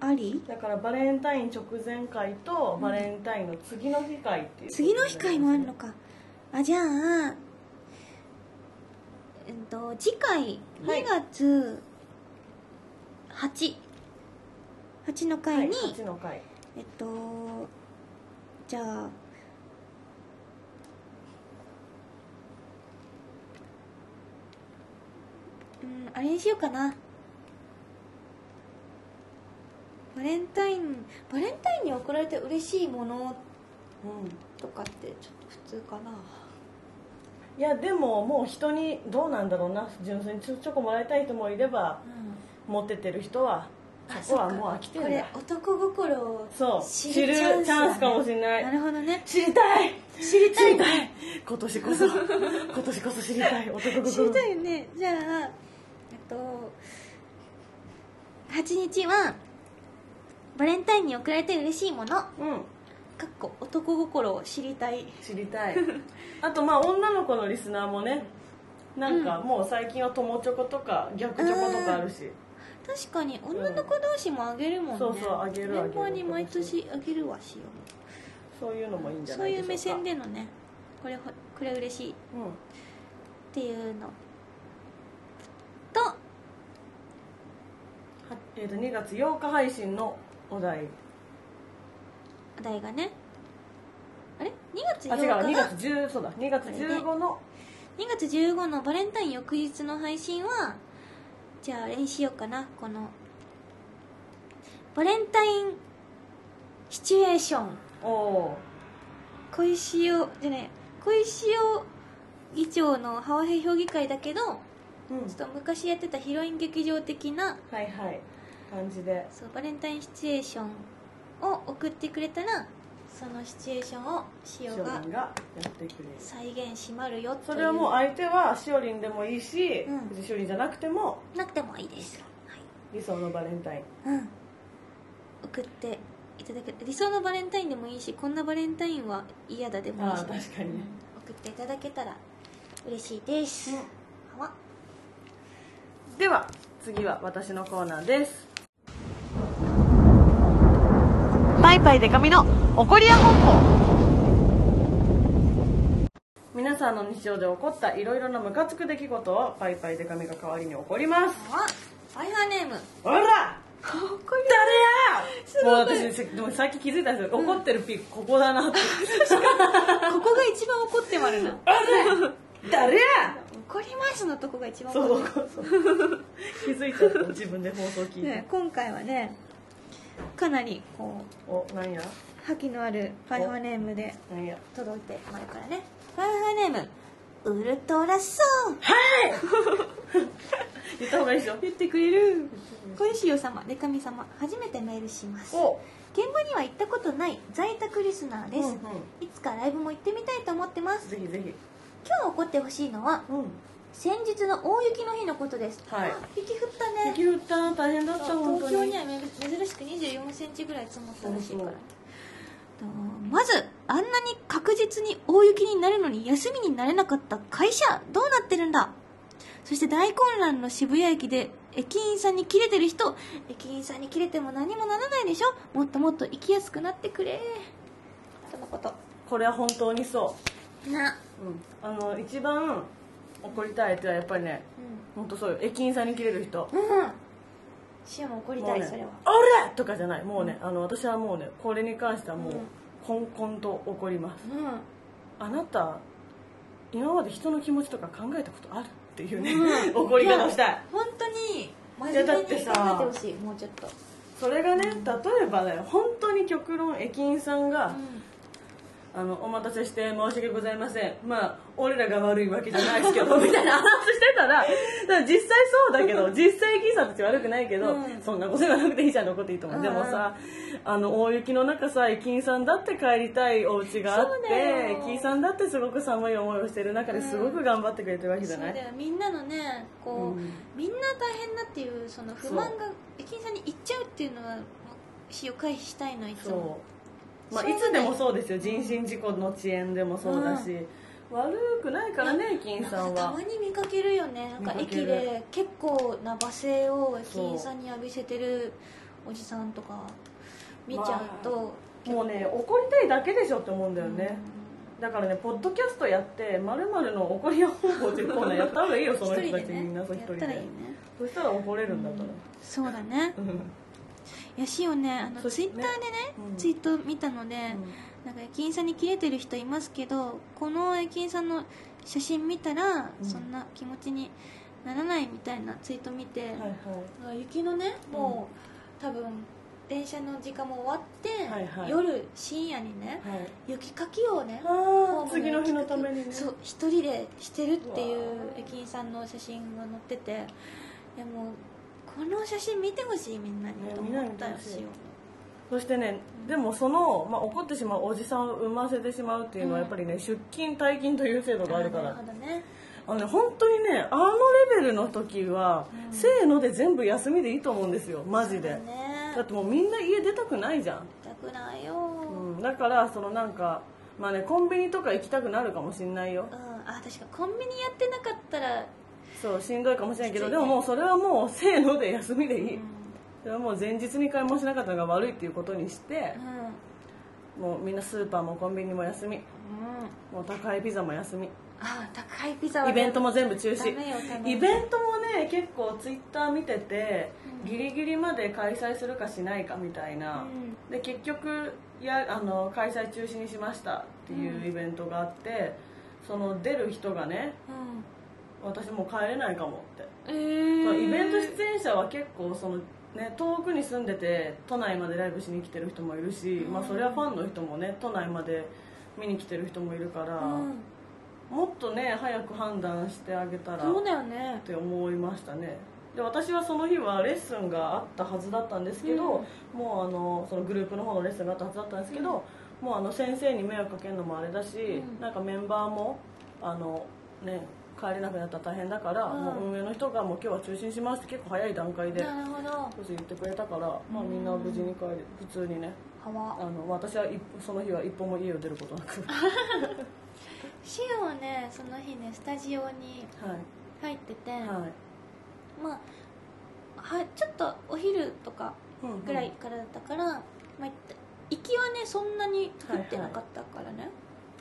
[SPEAKER 2] あり
[SPEAKER 1] だからバレンタイン直前会とバレンタインの次の日会っていう、
[SPEAKER 2] 次の日会もあるのかあじゃあえっと次回
[SPEAKER 1] はい
[SPEAKER 2] 2月88、8の
[SPEAKER 1] は
[SPEAKER 2] 回
[SPEAKER 1] い
[SPEAKER 2] に、
[SPEAKER 1] 8の会
[SPEAKER 2] えっとじゃあうんあれにしようかなバレンタインバレンタインに贈られて嬉しいもの
[SPEAKER 1] うん
[SPEAKER 2] とかってちょっと普通かない
[SPEAKER 1] やでももう人にどうなんだろうな純粋にチョチョコもらいたい人もいれば持ってってる人は
[SPEAKER 2] あ
[SPEAKER 1] そこは
[SPEAKER 2] っか
[SPEAKER 1] もう飽きてる
[SPEAKER 2] こ
[SPEAKER 1] ん
[SPEAKER 2] れ
[SPEAKER 1] だ
[SPEAKER 2] 男心を
[SPEAKER 1] そう
[SPEAKER 2] 知
[SPEAKER 1] 知
[SPEAKER 2] る
[SPEAKER 1] る
[SPEAKER 2] チ
[SPEAKER 1] チ
[SPEAKER 2] ャ
[SPEAKER 1] ャ
[SPEAKER 2] ン
[SPEAKER 1] ン
[SPEAKER 2] スだね
[SPEAKER 1] スかもしれない
[SPEAKER 2] なるほどね
[SPEAKER 1] 知りたい
[SPEAKER 2] 知りた
[SPEAKER 1] 知
[SPEAKER 2] い
[SPEAKER 1] りたい今年こそ今年こそ知りたい男心
[SPEAKER 2] 知りたいよねじゃあえっと8日はバレンタインに贈られて嬉しいものか
[SPEAKER 1] うん
[SPEAKER 2] っこ男心を知りたい
[SPEAKER 1] 知りたいあとまあ女の子のリスナーもねなんかもう最近は友チョコとか逆チョコとかあるし
[SPEAKER 2] 確かに女の子同士もあげるもんね、
[SPEAKER 1] そうそうあげる
[SPEAKER 2] メ
[SPEAKER 1] あげる
[SPEAKER 2] ンバーに毎年あげるわしよ
[SPEAKER 1] そういうのもいいんじゃ
[SPEAKER 2] そ
[SPEAKER 1] な
[SPEAKER 2] う
[SPEAKER 1] い
[SPEAKER 2] い
[SPEAKER 1] でしょ
[SPEAKER 2] う
[SPEAKER 1] うか
[SPEAKER 2] 目線でのねこれほこれ嬉しいっていうのと
[SPEAKER 1] うんはえー、と2月8日配信のお題
[SPEAKER 2] お題がねあれ2月
[SPEAKER 1] あ
[SPEAKER 2] 8
[SPEAKER 1] 違う
[SPEAKER 2] 日が
[SPEAKER 1] 2月10そうだ2月15の
[SPEAKER 2] 2月15のバレンタイン翌日の配信はじゃああれにしようかなこのバレンタインシチュエーション
[SPEAKER 1] おお
[SPEAKER 2] 小石をじゃね小石を議長のハワヘイ評議会だけどちょ
[SPEAKER 1] ー、うん、
[SPEAKER 2] っと昔やってたヒロイン劇場的な
[SPEAKER 1] はいはい感じで
[SPEAKER 2] そうバレンタインシチュエーションを送ってくれたらそのシチュエーションをし
[SPEAKER 1] し
[SPEAKER 2] お
[SPEAKER 1] おりん
[SPEAKER 2] が
[SPEAKER 1] がやってくれる
[SPEAKER 2] 再現しまるよとい
[SPEAKER 1] それはもう相手はしおりんでもいいし、
[SPEAKER 2] うん
[SPEAKER 1] 別にしおりんじゃなくても
[SPEAKER 2] なくてもいいです、はい
[SPEAKER 1] 理想のバレンタイン
[SPEAKER 2] うん、送っていただけ理想のバレンタインでもいいしこんなバレンタインは嫌だでもいいし、
[SPEAKER 1] あー確かにね
[SPEAKER 2] うん送っていただけたら嬉しいです、はわ
[SPEAKER 1] では次は私のコーナーですパイパイデカミの怒りや本舗皆さんの日常で起こったいろいろなムカつく出来事をパイパイデカミが代わりに怒ります
[SPEAKER 2] はわファイハーネーム
[SPEAKER 1] おら
[SPEAKER 2] かっこい
[SPEAKER 1] 誰やもう私せでもさっき気づいたんですよ、怒ってるピークここだな って
[SPEAKER 2] ここが一番怒ってまるな
[SPEAKER 1] 誰や
[SPEAKER 2] 怒りますのとこが一番
[SPEAKER 1] そ
[SPEAKER 2] 怒
[SPEAKER 1] う
[SPEAKER 2] って
[SPEAKER 1] そうそう気づいちゃった自分で放送聞い
[SPEAKER 2] る、
[SPEAKER 1] て、
[SPEAKER 2] ね、今回はねかなりこう
[SPEAKER 1] おなんや
[SPEAKER 2] 覇気のあるファイハーネームで
[SPEAKER 1] なんや
[SPEAKER 2] 届いてまるからねファイハーネームウルトラソウ
[SPEAKER 1] 言った方がいいでしょ
[SPEAKER 2] 言ってくれる小石よ様でかみ様初めてメールします
[SPEAKER 1] お
[SPEAKER 2] 現場には行ったことない在宅リスナーです、
[SPEAKER 1] うん
[SPEAKER 2] いつかライブも行ってみたいと思ってま
[SPEAKER 1] うん、
[SPEAKER 2] す
[SPEAKER 1] ぜひぜひ
[SPEAKER 2] 今日起こってほしいのは
[SPEAKER 1] うん
[SPEAKER 2] 先日の大雪の日のことです、
[SPEAKER 1] はい
[SPEAKER 2] あ雪降ったね
[SPEAKER 1] 雪降った大変だった本当
[SPEAKER 2] 東
[SPEAKER 1] に
[SPEAKER 2] 京には珍しく2 4センチぐらい積もったらしいから、とまずあんなに確実に大雪になるのに休みになれなかった会社どうなってるんだそして大混乱の渋谷駅で駅員さんにキレてる人駅員さんにキレても何もならないでしょもっともっと行きやすくなってくれとのこと
[SPEAKER 1] これは本当にそ
[SPEAKER 2] な
[SPEAKER 1] う、うん、あの一番怒りたい相手はやっぱりね本当そうよ駅員さんに切れる人
[SPEAKER 2] うんうんシアも怒りたい、
[SPEAKER 1] もうね
[SPEAKER 2] それは
[SPEAKER 1] 「あれ!」とかじゃないもうね、あの私はもうねこれに関してはもう、
[SPEAKER 2] うん
[SPEAKER 1] こん、こんと怒ります
[SPEAKER 2] う
[SPEAKER 1] あなた今まで人の気持ちとか考えたことあるっていうね、
[SPEAKER 2] うん
[SPEAKER 1] 怒り方したい
[SPEAKER 2] ん本当に真
[SPEAKER 1] いやだ
[SPEAKER 2] 面
[SPEAKER 1] っ
[SPEAKER 2] 目
[SPEAKER 1] て
[SPEAKER 2] に
[SPEAKER 1] さ
[SPEAKER 2] 考えてほしいもうちょっと
[SPEAKER 1] それがね例えばね本当に極論駅員さんが、あのお待たせして申し訳ございませんまあ俺らが悪いわけじゃないですけ どみたいな話してたらだから実際そうだけど実際ギーさんたち悪くないけど、
[SPEAKER 2] うん
[SPEAKER 1] そんなこと言わなくていいじゃんのこといいと思う、
[SPEAKER 2] うん
[SPEAKER 1] でもさあの大雪の中さ駅員さんだって帰りたいお家があっ
[SPEAKER 2] そうだよ
[SPEAKER 1] て駅員さんだってすごく寒い思いをしてる中ですごく頑張ってくれてるわけじ
[SPEAKER 2] そ
[SPEAKER 1] ゃ
[SPEAKER 2] う
[SPEAKER 1] ない、
[SPEAKER 2] だよみんなのねこう、
[SPEAKER 1] うん
[SPEAKER 2] みんな大変だっていうその不満が駅員さんに行っちゃうっていうのは使用回避したいのいつも
[SPEAKER 1] そう、まあ、
[SPEAKER 2] しょうがない
[SPEAKER 1] いつでもそうですよ人身事故の遅延でもそうだし、悪くないからね金さん
[SPEAKER 2] た
[SPEAKER 1] は
[SPEAKER 2] まに見かけるよねなんか
[SPEAKER 1] 見か
[SPEAKER 2] 駅
[SPEAKER 1] ける
[SPEAKER 2] で結構な罵声を駅員さんに浴びせてるおじさんとか見ちゃうと、
[SPEAKER 1] もうね怒りたいだけでしょって思うんだよね、だからねポッドキャストやって「まるの怒り屋方法」っていうコーナーやった方がいいよその
[SPEAKER 2] 一
[SPEAKER 1] 人
[SPEAKER 2] 人
[SPEAKER 1] た
[SPEAKER 2] で
[SPEAKER 1] ちみん
[SPEAKER 2] ね
[SPEAKER 1] な
[SPEAKER 2] やっ
[SPEAKER 1] そう一人で
[SPEAKER 2] たらいいね
[SPEAKER 1] そしたら怒れるんだから、
[SPEAKER 2] そうだね
[SPEAKER 1] うん
[SPEAKER 2] いやしよねあ
[SPEAKER 1] そ
[SPEAKER 2] の
[SPEAKER 1] う
[SPEAKER 2] ツイッターでね
[SPEAKER 1] うん
[SPEAKER 2] ツイート見たので、なんか駅員さんにキレてる人いますけどこの駅員さんの写真見たら、
[SPEAKER 1] うん
[SPEAKER 2] そんな気持ちにならないみたいなツイート見て、
[SPEAKER 1] はい
[SPEAKER 2] あ雪のねもう、多分電車の時間も終わって、
[SPEAKER 1] はいはい
[SPEAKER 2] 夜深夜にね
[SPEAKER 1] はいはい
[SPEAKER 2] 雪かきをね
[SPEAKER 1] あ
[SPEAKER 2] ホーム
[SPEAKER 1] あ次の日のためにね
[SPEAKER 2] そう一人でしてるっていう
[SPEAKER 1] うわー
[SPEAKER 2] 駅員さんの写真が載ってていやもうこの写真見てほしいみんなに
[SPEAKER 1] ね
[SPEAKER 2] と思ったよ
[SPEAKER 1] 見ないでほしい
[SPEAKER 2] しよ
[SPEAKER 1] そしてねでもその、まあ、怒ってしまうおじさんを産ませてしまうっていうのはやっぱりね、出勤退勤という制度があるから
[SPEAKER 2] なるほどね
[SPEAKER 1] あのね本当にねあのレベルの時は、せーので全部休みでいいと思うんですよマジで、
[SPEAKER 2] ね
[SPEAKER 1] だってもうみんな家出たくないじゃん、
[SPEAKER 2] 痛くないよ、うん
[SPEAKER 1] うん、だからそのなんかまあねコンビニとか行きたくなるかもしんないよ
[SPEAKER 2] あ確かコンビニやってなかったら、
[SPEAKER 1] そうしんどいかもしれないけど
[SPEAKER 2] きつい
[SPEAKER 1] で
[SPEAKER 2] ね
[SPEAKER 1] ももうそれはもうせーので休みでいい、
[SPEAKER 2] う
[SPEAKER 1] それはもう前日に買い物しなかったのが悪いっていうことにし
[SPEAKER 2] ん、
[SPEAKER 1] て
[SPEAKER 2] うん
[SPEAKER 1] もうみんなスーパーもコンビニも休みもう宅配ピザも休み
[SPEAKER 2] あ高いピザは
[SPEAKER 1] イベントも全部中止
[SPEAKER 2] ダメよダメ
[SPEAKER 1] イベントもね結構ツイッター見てて、ギリギリまで開催するかしないかみたいな、
[SPEAKER 2] う
[SPEAKER 1] で結局やあの開催中止にしましたっていうイベントがあって、その出る人がね
[SPEAKER 2] うん
[SPEAKER 1] 私もう帰れないかもって、
[SPEAKER 2] え
[SPEAKER 1] その
[SPEAKER 2] ー、
[SPEAKER 1] イベント出演者は結構その、ね、遠くに住んでて都内までライブしに来てる人もいるし、まあ、それはファンの人もね都内まで見に来てる人もいるから、
[SPEAKER 2] うん
[SPEAKER 1] もっとね早く判断してあげたら
[SPEAKER 2] そうだよね
[SPEAKER 1] って思いましたねで私はその日はレッスンがあったはずだったんですけど、もうあのそのグループの方のレッスンがあったはずだったんですけど、もうあの先生に迷惑かけるのもあれだし、
[SPEAKER 2] うん
[SPEAKER 1] なんかメンバーもあのね帰れなくなったら大変だから、
[SPEAKER 2] うん
[SPEAKER 1] もう運営の人がもう今日は中止にしますって結構早い段階で
[SPEAKER 2] なるほど
[SPEAKER 1] そう言ってくれたから、まあ、みんな無事に帰れ普通にね
[SPEAKER 2] は
[SPEAKER 1] あ
[SPEAKER 2] わ
[SPEAKER 1] の私は一その日は一歩も家を出ることな くは
[SPEAKER 2] シオはねその日ねスタジオに
[SPEAKER 1] い
[SPEAKER 2] 入ってて、
[SPEAKER 1] はい
[SPEAKER 2] まあはちょっとお昼とか
[SPEAKER 1] うんうん
[SPEAKER 2] ぐらいからだったから、まあ、行きはねそんなに降ってなかったからね、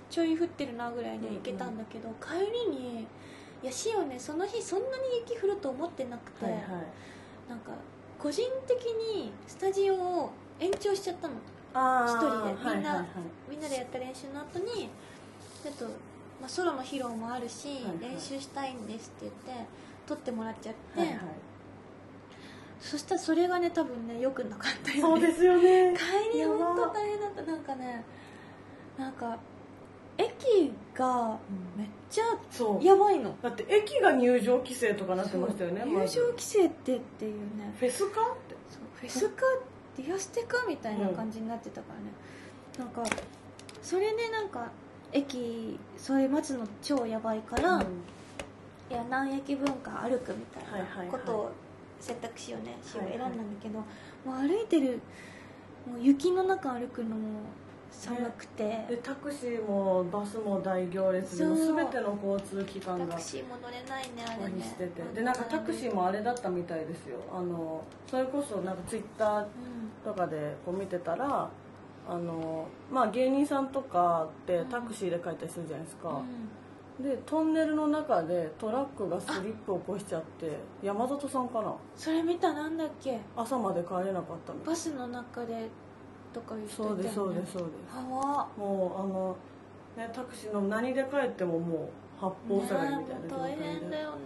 [SPEAKER 2] ちょい降ってるなぐらいで行けたんだけど、帰りにいやシオねその日そんなに雪降ると思ってなくて、
[SPEAKER 1] はいはい
[SPEAKER 2] なんか個人的にスタジオを延長しちゃったの
[SPEAKER 1] あ
[SPEAKER 2] 一
[SPEAKER 1] ー
[SPEAKER 2] 人でみんな、
[SPEAKER 1] はいはいはい
[SPEAKER 2] みんなでやった練習の後にちょっと、まあ、ソロの披露もあるし、
[SPEAKER 1] いはい
[SPEAKER 2] 練習したいんですって言って撮ってもらっちゃって、
[SPEAKER 1] はいはい
[SPEAKER 2] そしたらそれがね多分ね良くなかった
[SPEAKER 1] そうですすよね
[SPEAKER 2] 帰り
[SPEAKER 1] やば
[SPEAKER 2] 本当大変だったなんかねなんか駅がめっちゃ
[SPEAKER 1] そう
[SPEAKER 2] やばいの
[SPEAKER 1] だって駅が入場規制とかなってましたよね
[SPEAKER 2] そう入場
[SPEAKER 1] まず
[SPEAKER 2] 規制ってっていうね
[SPEAKER 1] フェスかって
[SPEAKER 2] そうフェスかディアステかみたいな感じになってたからね、なんかそれでなんか駅それ待つの超やばいから、いや何駅分か歩くみたい
[SPEAKER 1] はいはいは
[SPEAKER 2] ないことを選択肢をねしを
[SPEAKER 1] は
[SPEAKER 2] 選
[SPEAKER 1] いはい
[SPEAKER 2] んだんだけど、もう歩いてるもう雪の中歩くのも寒くて、
[SPEAKER 1] でタクシーもバスも大行列で
[SPEAKER 2] そう
[SPEAKER 1] もう全ての交通機関
[SPEAKER 2] タ
[SPEAKER 1] が
[SPEAKER 2] クシーも乗れないねあれ
[SPEAKER 1] 何
[SPEAKER 2] ね
[SPEAKER 1] しててでなんかタクシーもあれだったみたいですよあのそれこそなんかツイッター
[SPEAKER 2] うん
[SPEAKER 1] とかでこう見てたらあのまあ芸人さんとかってタクシーで帰ったりするじゃないですか、でトンネルの中でトラックがスリップを起こしちゃって山里さんかな
[SPEAKER 2] それ見たなんだっけ
[SPEAKER 1] 朝まで帰れなかったみたい
[SPEAKER 2] バスの中でとか言ってた
[SPEAKER 1] そ
[SPEAKER 2] よ
[SPEAKER 1] う
[SPEAKER 2] ね
[SPEAKER 1] ですそうですそうです
[SPEAKER 2] は
[SPEAKER 1] もうあの、ね、タクシーの何で帰ってももう発砲されるみたいな状態
[SPEAKER 2] 大
[SPEAKER 1] で、
[SPEAKER 2] 変だよね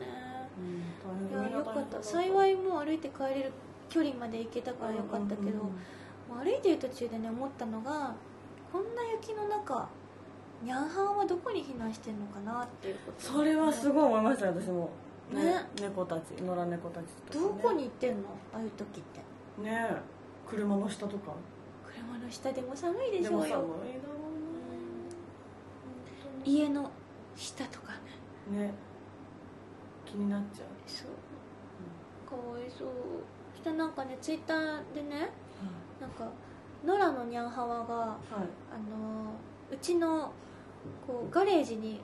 [SPEAKER 2] い
[SPEAKER 1] うん大
[SPEAKER 2] や
[SPEAKER 1] 変
[SPEAKER 2] よかった幸
[SPEAKER 1] い
[SPEAKER 2] いもう歩いて帰れる距離まで行けたからよかったけど、もう歩いてる途中でね思ったのがこんな雪の中ニャンハンはどこに避難してんのかなっていうこと
[SPEAKER 1] それはすごい思いましたよ私もね
[SPEAKER 2] ね
[SPEAKER 1] 猫たち野良猫たちとか、
[SPEAKER 2] ど
[SPEAKER 1] ね、
[SPEAKER 2] こに行ってんのああいう時って
[SPEAKER 1] ね車の下とか
[SPEAKER 2] 車の下でも寒いで
[SPEAKER 1] で
[SPEAKER 2] しょ
[SPEAKER 1] も
[SPEAKER 2] う
[SPEAKER 1] 寒いだろ
[SPEAKER 2] よ家の下とかね
[SPEAKER 1] うなね気になっちゃう
[SPEAKER 2] そうかわいそうそしてなんかねツイッターでねなんか野良のニャンハワが
[SPEAKER 1] はい
[SPEAKER 2] あのーうちのこうガレージに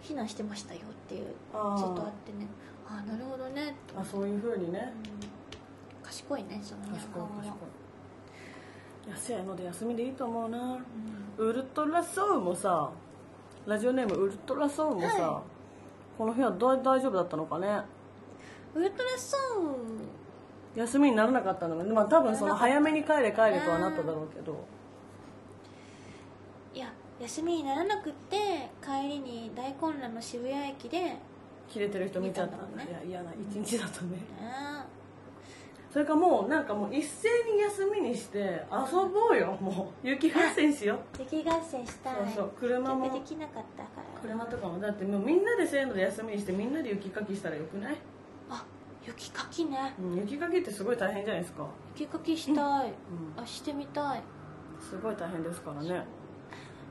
[SPEAKER 2] 避難してましたよっていう
[SPEAKER 1] あー
[SPEAKER 2] ちょっとあってねああなるほどねと
[SPEAKER 1] あそういうふうにね
[SPEAKER 2] うん賢いねその
[SPEAKER 1] 賢い
[SPEAKER 2] 日本は
[SPEAKER 1] 賢いいやせーので休みでいいと思うな
[SPEAKER 2] うん
[SPEAKER 1] ウルトラソウもさラジオネームウルトラソウもさ、
[SPEAKER 2] は
[SPEAKER 1] この日はどう大丈夫だったのかね
[SPEAKER 2] ウルトラソ
[SPEAKER 1] 休みにならなかったのねまあ多分その早めに帰れ帰れとはなっただろうけど
[SPEAKER 2] ウンいや休みにならなくって帰りに大混乱の渋谷駅でね
[SPEAKER 1] 切れてる人見ちゃったんだ
[SPEAKER 2] 見
[SPEAKER 1] ね
[SPEAKER 2] たんだ
[SPEAKER 1] いや嫌な一日だったね
[SPEAKER 2] あ
[SPEAKER 1] それかもうなんかもう一斉に休みにして遊ぼうよもう雪合戦しよう
[SPEAKER 2] 雪合戦したい
[SPEAKER 1] そうそう車も
[SPEAKER 2] 結局できなかったから
[SPEAKER 1] 車とかもだってもうみんなでせーので休みにしてみんなで雪かきしたらよくない、
[SPEAKER 2] あ雪かきね
[SPEAKER 1] うん、雪かきってすごい大変じゃないですか、
[SPEAKER 2] 雪かきしたい、
[SPEAKER 1] う
[SPEAKER 2] あしてみたい
[SPEAKER 1] ん、すごい大変ですからね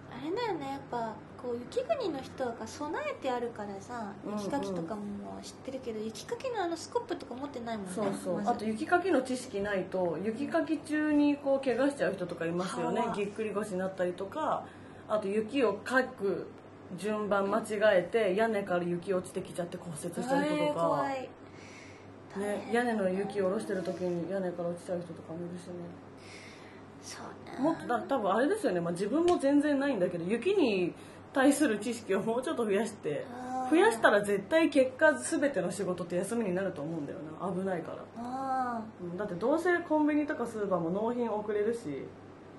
[SPEAKER 2] あれだよねやっぱこう雪国の人が備えてあるからさ
[SPEAKER 1] うんうん
[SPEAKER 2] 雪かきとかも知ってるけど、雪かきのあのスコップとか持ってないもんね
[SPEAKER 1] そうそう
[SPEAKER 2] まず
[SPEAKER 1] あと雪かきの知識ないと雪かき中にこう怪我しちゃう人とかいますよね
[SPEAKER 2] はあ
[SPEAKER 1] ぎっくり腰になったりとかあと雪をかく順番間違えて屋根から雪落ちてきちゃって骨折した人
[SPEAKER 2] え
[SPEAKER 1] と
[SPEAKER 2] ー怖
[SPEAKER 1] か、
[SPEAKER 2] い
[SPEAKER 1] ね、屋根の雪を下ろしてる時に屋根から落ちちゃう人とかもいるしね
[SPEAKER 2] そうね
[SPEAKER 1] もっとだ多分あれですよね、まあ、自分も全然ないんだけど雪に対する知識をもうちょっと増やして
[SPEAKER 2] あー
[SPEAKER 1] 増やしたら絶対結果全ての仕事って休みになると思うんだよな危ないから、
[SPEAKER 2] あ
[SPEAKER 1] うん、だってどうせコンビニとかスーパーも納品遅れるし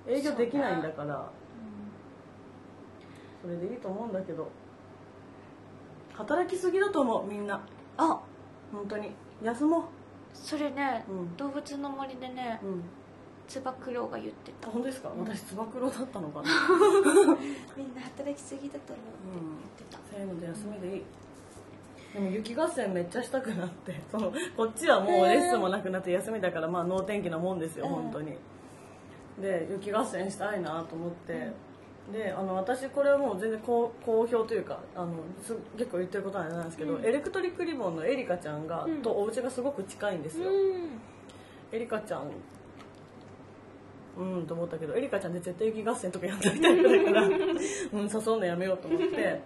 [SPEAKER 1] 営業できないんだから
[SPEAKER 2] あ、う
[SPEAKER 1] それでいいと思うんだけど働きすぎだと思うみんなん
[SPEAKER 2] あ
[SPEAKER 1] 本当に休もう
[SPEAKER 2] それね、
[SPEAKER 1] うん
[SPEAKER 2] 動物の森でね
[SPEAKER 1] うん
[SPEAKER 2] つば九郎が言って
[SPEAKER 1] あ
[SPEAKER 2] た
[SPEAKER 1] 本当ですか、私つば九郎だったのかな
[SPEAKER 2] みんな働きすぎだと思う
[SPEAKER 1] うん
[SPEAKER 2] って言ってた
[SPEAKER 1] せーので休みでいいでも雪合戦めっちゃしたくなってそのこっちはもうレッスンもなくなって休みだからまあ能天気なもんですよ、
[SPEAKER 2] うん
[SPEAKER 1] 本当にで雪合戦したいなと思って、であの私これはもう全然好好評というかあのす結構言ってることなんですけど、
[SPEAKER 2] うん
[SPEAKER 1] エレクトリックリボンのエリカちゃんが、
[SPEAKER 2] うん
[SPEAKER 1] とお家がすごく近いんですよ、
[SPEAKER 2] うん
[SPEAKER 1] エリカちゃんうんと思ったけどエリカちゃんで絶対雪合戦とかやったみたいだから、うん、誘うのやめようと思って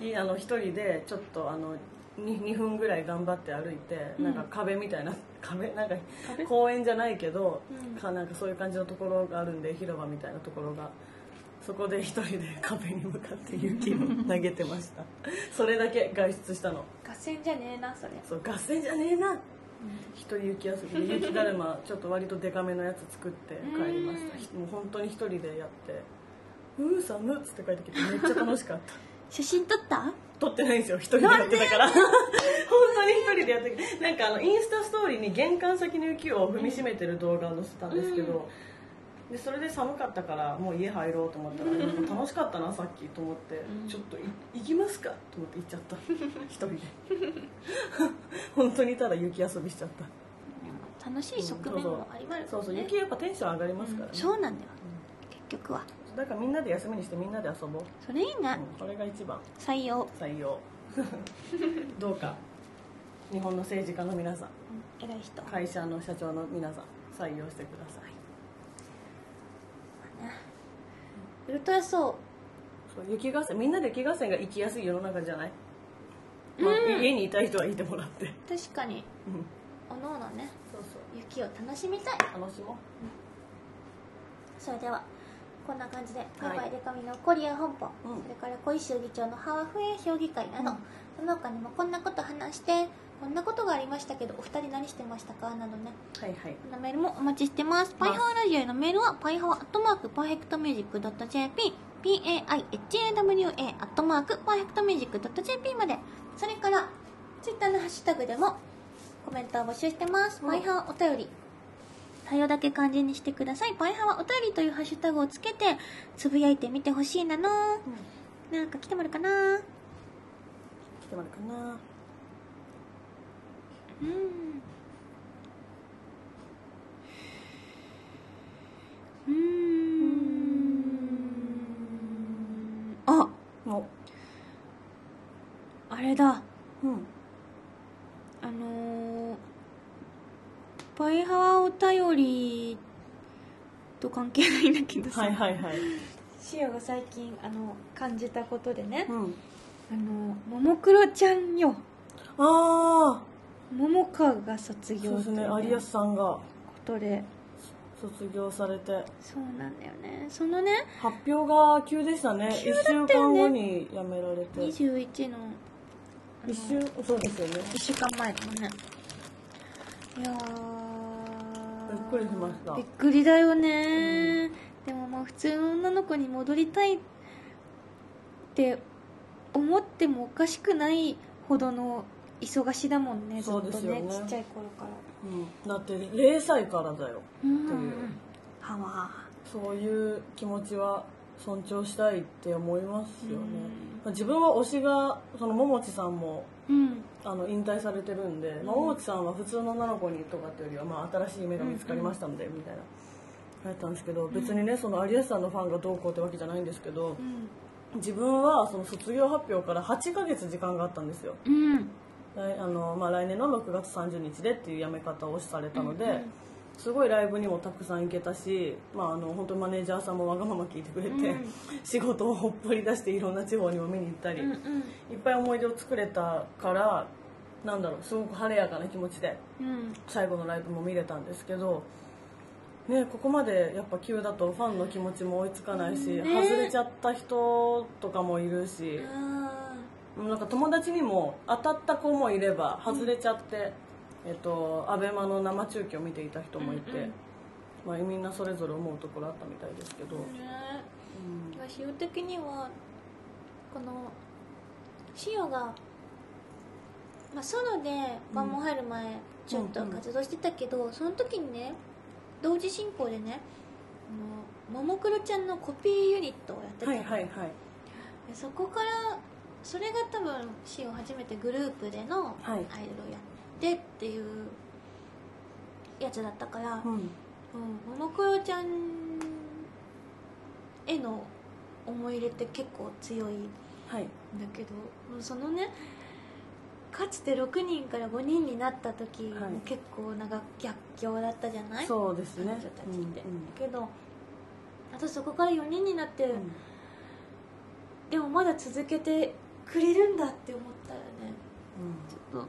[SPEAKER 1] いあの一人でちょっとあの 2, 2分ぐらい頑張って歩いて、なんか壁みたいな壁なんか公園じゃないけど、
[SPEAKER 2] うん
[SPEAKER 1] かなんかそういう感じのところがあるんで広場みたいなところがそこで一人で壁に向かって雪を投げてましたそれだけ外出したの
[SPEAKER 2] 合戦じゃねえなそれ
[SPEAKER 1] そう合戦じゃねえな一人雪遊びで雪だるまちょっと割とデカめのやつ作って帰りましたもう本当に一人でやって「うー寒っ」つって帰ってきてめっちゃ楽しかった
[SPEAKER 2] 写真撮った
[SPEAKER 1] 撮ってないんですよ一人でやってたから 本当に一人でやってきてなんかあのインスタストーリーに玄関先の雪を踏みしめてる動画を載せたんですけど、でそれで寒かったからもう家入ろうと思ったらなんか楽しかったなさっきと思って、
[SPEAKER 2] うん
[SPEAKER 1] ちょっとい行きますかと思って行っちゃった一人で 本当にただ雪遊びしちゃった
[SPEAKER 2] 楽しい側面もありますね、
[SPEAKER 1] そうそう雪やっぱテンション上がりますからね、
[SPEAKER 2] うんそうなんだよ、結局は
[SPEAKER 1] だからみんなで休みにしてみんなで遊ぼう、
[SPEAKER 2] それいいな、
[SPEAKER 1] うんこれが一番
[SPEAKER 2] 採用
[SPEAKER 1] 採用 どうか日本の政治家の皆さん
[SPEAKER 2] 偉い人、
[SPEAKER 1] 会社の社長の皆さん採用してください
[SPEAKER 2] ウルトラソ
[SPEAKER 1] そう雪合戦みんなで雪合戦が行きやすい世の中じゃない、まあ
[SPEAKER 2] うん
[SPEAKER 1] 家にいたい人はいてもらって、うん
[SPEAKER 2] ウ、確かにおのおのね
[SPEAKER 1] そうそ
[SPEAKER 2] 雪を楽しみたいう
[SPEAKER 1] 楽しもう
[SPEAKER 2] それではこんな感じで「
[SPEAKER 1] は
[SPEAKER 2] バ
[SPEAKER 1] い
[SPEAKER 2] イバイデカミのコリア本舗」
[SPEAKER 1] うん
[SPEAKER 2] それから小石議長のハワフエ評議会など、
[SPEAKER 1] うん
[SPEAKER 2] その他にもこんなこと話してこんなことがありましたけどお二人何してましたかなどね
[SPEAKER 1] はいはい
[SPEAKER 2] こんなメールもお待ちしてます。パイハワラジオへのメールは、パイハワアットマーク、パーフェクトミュージックドット JP、PAIHAWA アットマーク、パーフェクトミュージックドット JP まで。それから、ツイッターのハッシュタグでもコメントを募集してます。
[SPEAKER 1] うん
[SPEAKER 2] パイハワお便り。対応だけ漢字にしてください。パイハワお便りというハッシュタグをつけて、つぶやいてみてほしいなの、なんか来てもらうかな
[SPEAKER 1] 来てもらうかな
[SPEAKER 2] うんうーんあ
[SPEAKER 1] も
[SPEAKER 2] あれだ
[SPEAKER 1] ううん
[SPEAKER 2] あのーパイハワお便りと関係ないんだけどさ、
[SPEAKER 1] はいはいはい
[SPEAKER 2] シオが最近あの感じたことでね
[SPEAKER 1] う、ん
[SPEAKER 2] あのももクロちゃんよ
[SPEAKER 1] あ
[SPEAKER 2] ももかが卒
[SPEAKER 1] あそう
[SPEAKER 2] 業
[SPEAKER 1] ですね
[SPEAKER 2] とい
[SPEAKER 1] 有
[SPEAKER 2] う
[SPEAKER 1] 吉さんが
[SPEAKER 2] ことで
[SPEAKER 1] 卒業されて
[SPEAKER 2] そうなんだよねそのね
[SPEAKER 1] 発表が急でしたね1週間後に辞められて1
[SPEAKER 2] 21のあの
[SPEAKER 1] 週そうですよね
[SPEAKER 2] 一週間前だもんねいやー
[SPEAKER 1] びっくりしました
[SPEAKER 2] びっくりだよね、でもまあ普通の女の子に戻りたいって思ってもおかしくないほどの忙しだもんねずっと
[SPEAKER 1] そうですよ
[SPEAKER 2] ね
[SPEAKER 1] ね
[SPEAKER 2] ちっちゃい頃から
[SPEAKER 1] うんだって0歳からだよ
[SPEAKER 2] うん
[SPEAKER 1] という
[SPEAKER 2] はわ
[SPEAKER 1] そういう気持ちは尊重したいって思いますよね
[SPEAKER 2] うん
[SPEAKER 1] まあ自分は推しがその桃地さんも
[SPEAKER 2] うん
[SPEAKER 1] あの引退されてるんで、まあ、大内さんは普通の女の子にとかっていうよりは、まあ、新しい目が見つかりましたので、みたいなやったんですけど別にねその有吉さんのファンがどうこうってわけじゃないんですけ
[SPEAKER 2] う
[SPEAKER 1] ど
[SPEAKER 2] ん
[SPEAKER 1] 自分はその卒業発表から8ヶ月時間があったんですよ
[SPEAKER 2] うん
[SPEAKER 1] 来あの、まあ、来年の6月30日でっていうやめ方をされたので、
[SPEAKER 2] うんうん
[SPEAKER 1] すごいライブにもたくさん行けたし、まあ、あの本当にマネージャーさんもわがまま聞いてくれて、
[SPEAKER 2] うん
[SPEAKER 1] 仕事をほっぽり出していろんな地方にも見に行ったり、
[SPEAKER 2] うん
[SPEAKER 1] いっぱい思い出を作れたからなんだろうすごく晴れやかな気持ちで
[SPEAKER 2] うん
[SPEAKER 1] 最後のライブも見れたんですけど、ね、ここまでやっぱ急だとファンの気持ちも追いつかないし、
[SPEAKER 2] うんね
[SPEAKER 1] 外れちゃった人とかもいるし。
[SPEAKER 2] あ
[SPEAKER 1] なんか友達にも当たった子もいれば外れちゃって、えっとアベマの生中継を見ていた人もいて、
[SPEAKER 2] うんうん
[SPEAKER 1] まあ、みんなそれぞれ思うところあったみたいですけど、
[SPEAKER 2] ー
[SPEAKER 1] うん
[SPEAKER 2] ね私オ的にはこのシオが、まあ、ソロでバンモン入る前ちょっと
[SPEAKER 1] うんうん
[SPEAKER 2] 活動してたけど、その時にね同時進行でねあのももクロちゃんのコピーユニットをやってた
[SPEAKER 1] は
[SPEAKER 2] の
[SPEAKER 1] いはいはい
[SPEAKER 2] でそこからそれが多分シオ初めてグループでのアイ
[SPEAKER 1] は
[SPEAKER 2] ドルを
[SPEAKER 1] い
[SPEAKER 2] やってっていうやつだったから、
[SPEAKER 1] うん
[SPEAKER 2] うん、ももクロちゃんへの思い入れって結構強いん
[SPEAKER 1] はい
[SPEAKER 2] だけどうんそのねかつて6人から5人になった時
[SPEAKER 1] は
[SPEAKER 2] も
[SPEAKER 1] い
[SPEAKER 2] 結構なんか逆境だったじゃない、
[SPEAKER 1] そうですね
[SPEAKER 2] 彼女たちって、
[SPEAKER 1] うんうん
[SPEAKER 2] だけどあとそこから4人になって、
[SPEAKER 1] うん
[SPEAKER 2] でもまだ続けてくれるんだって思ったらね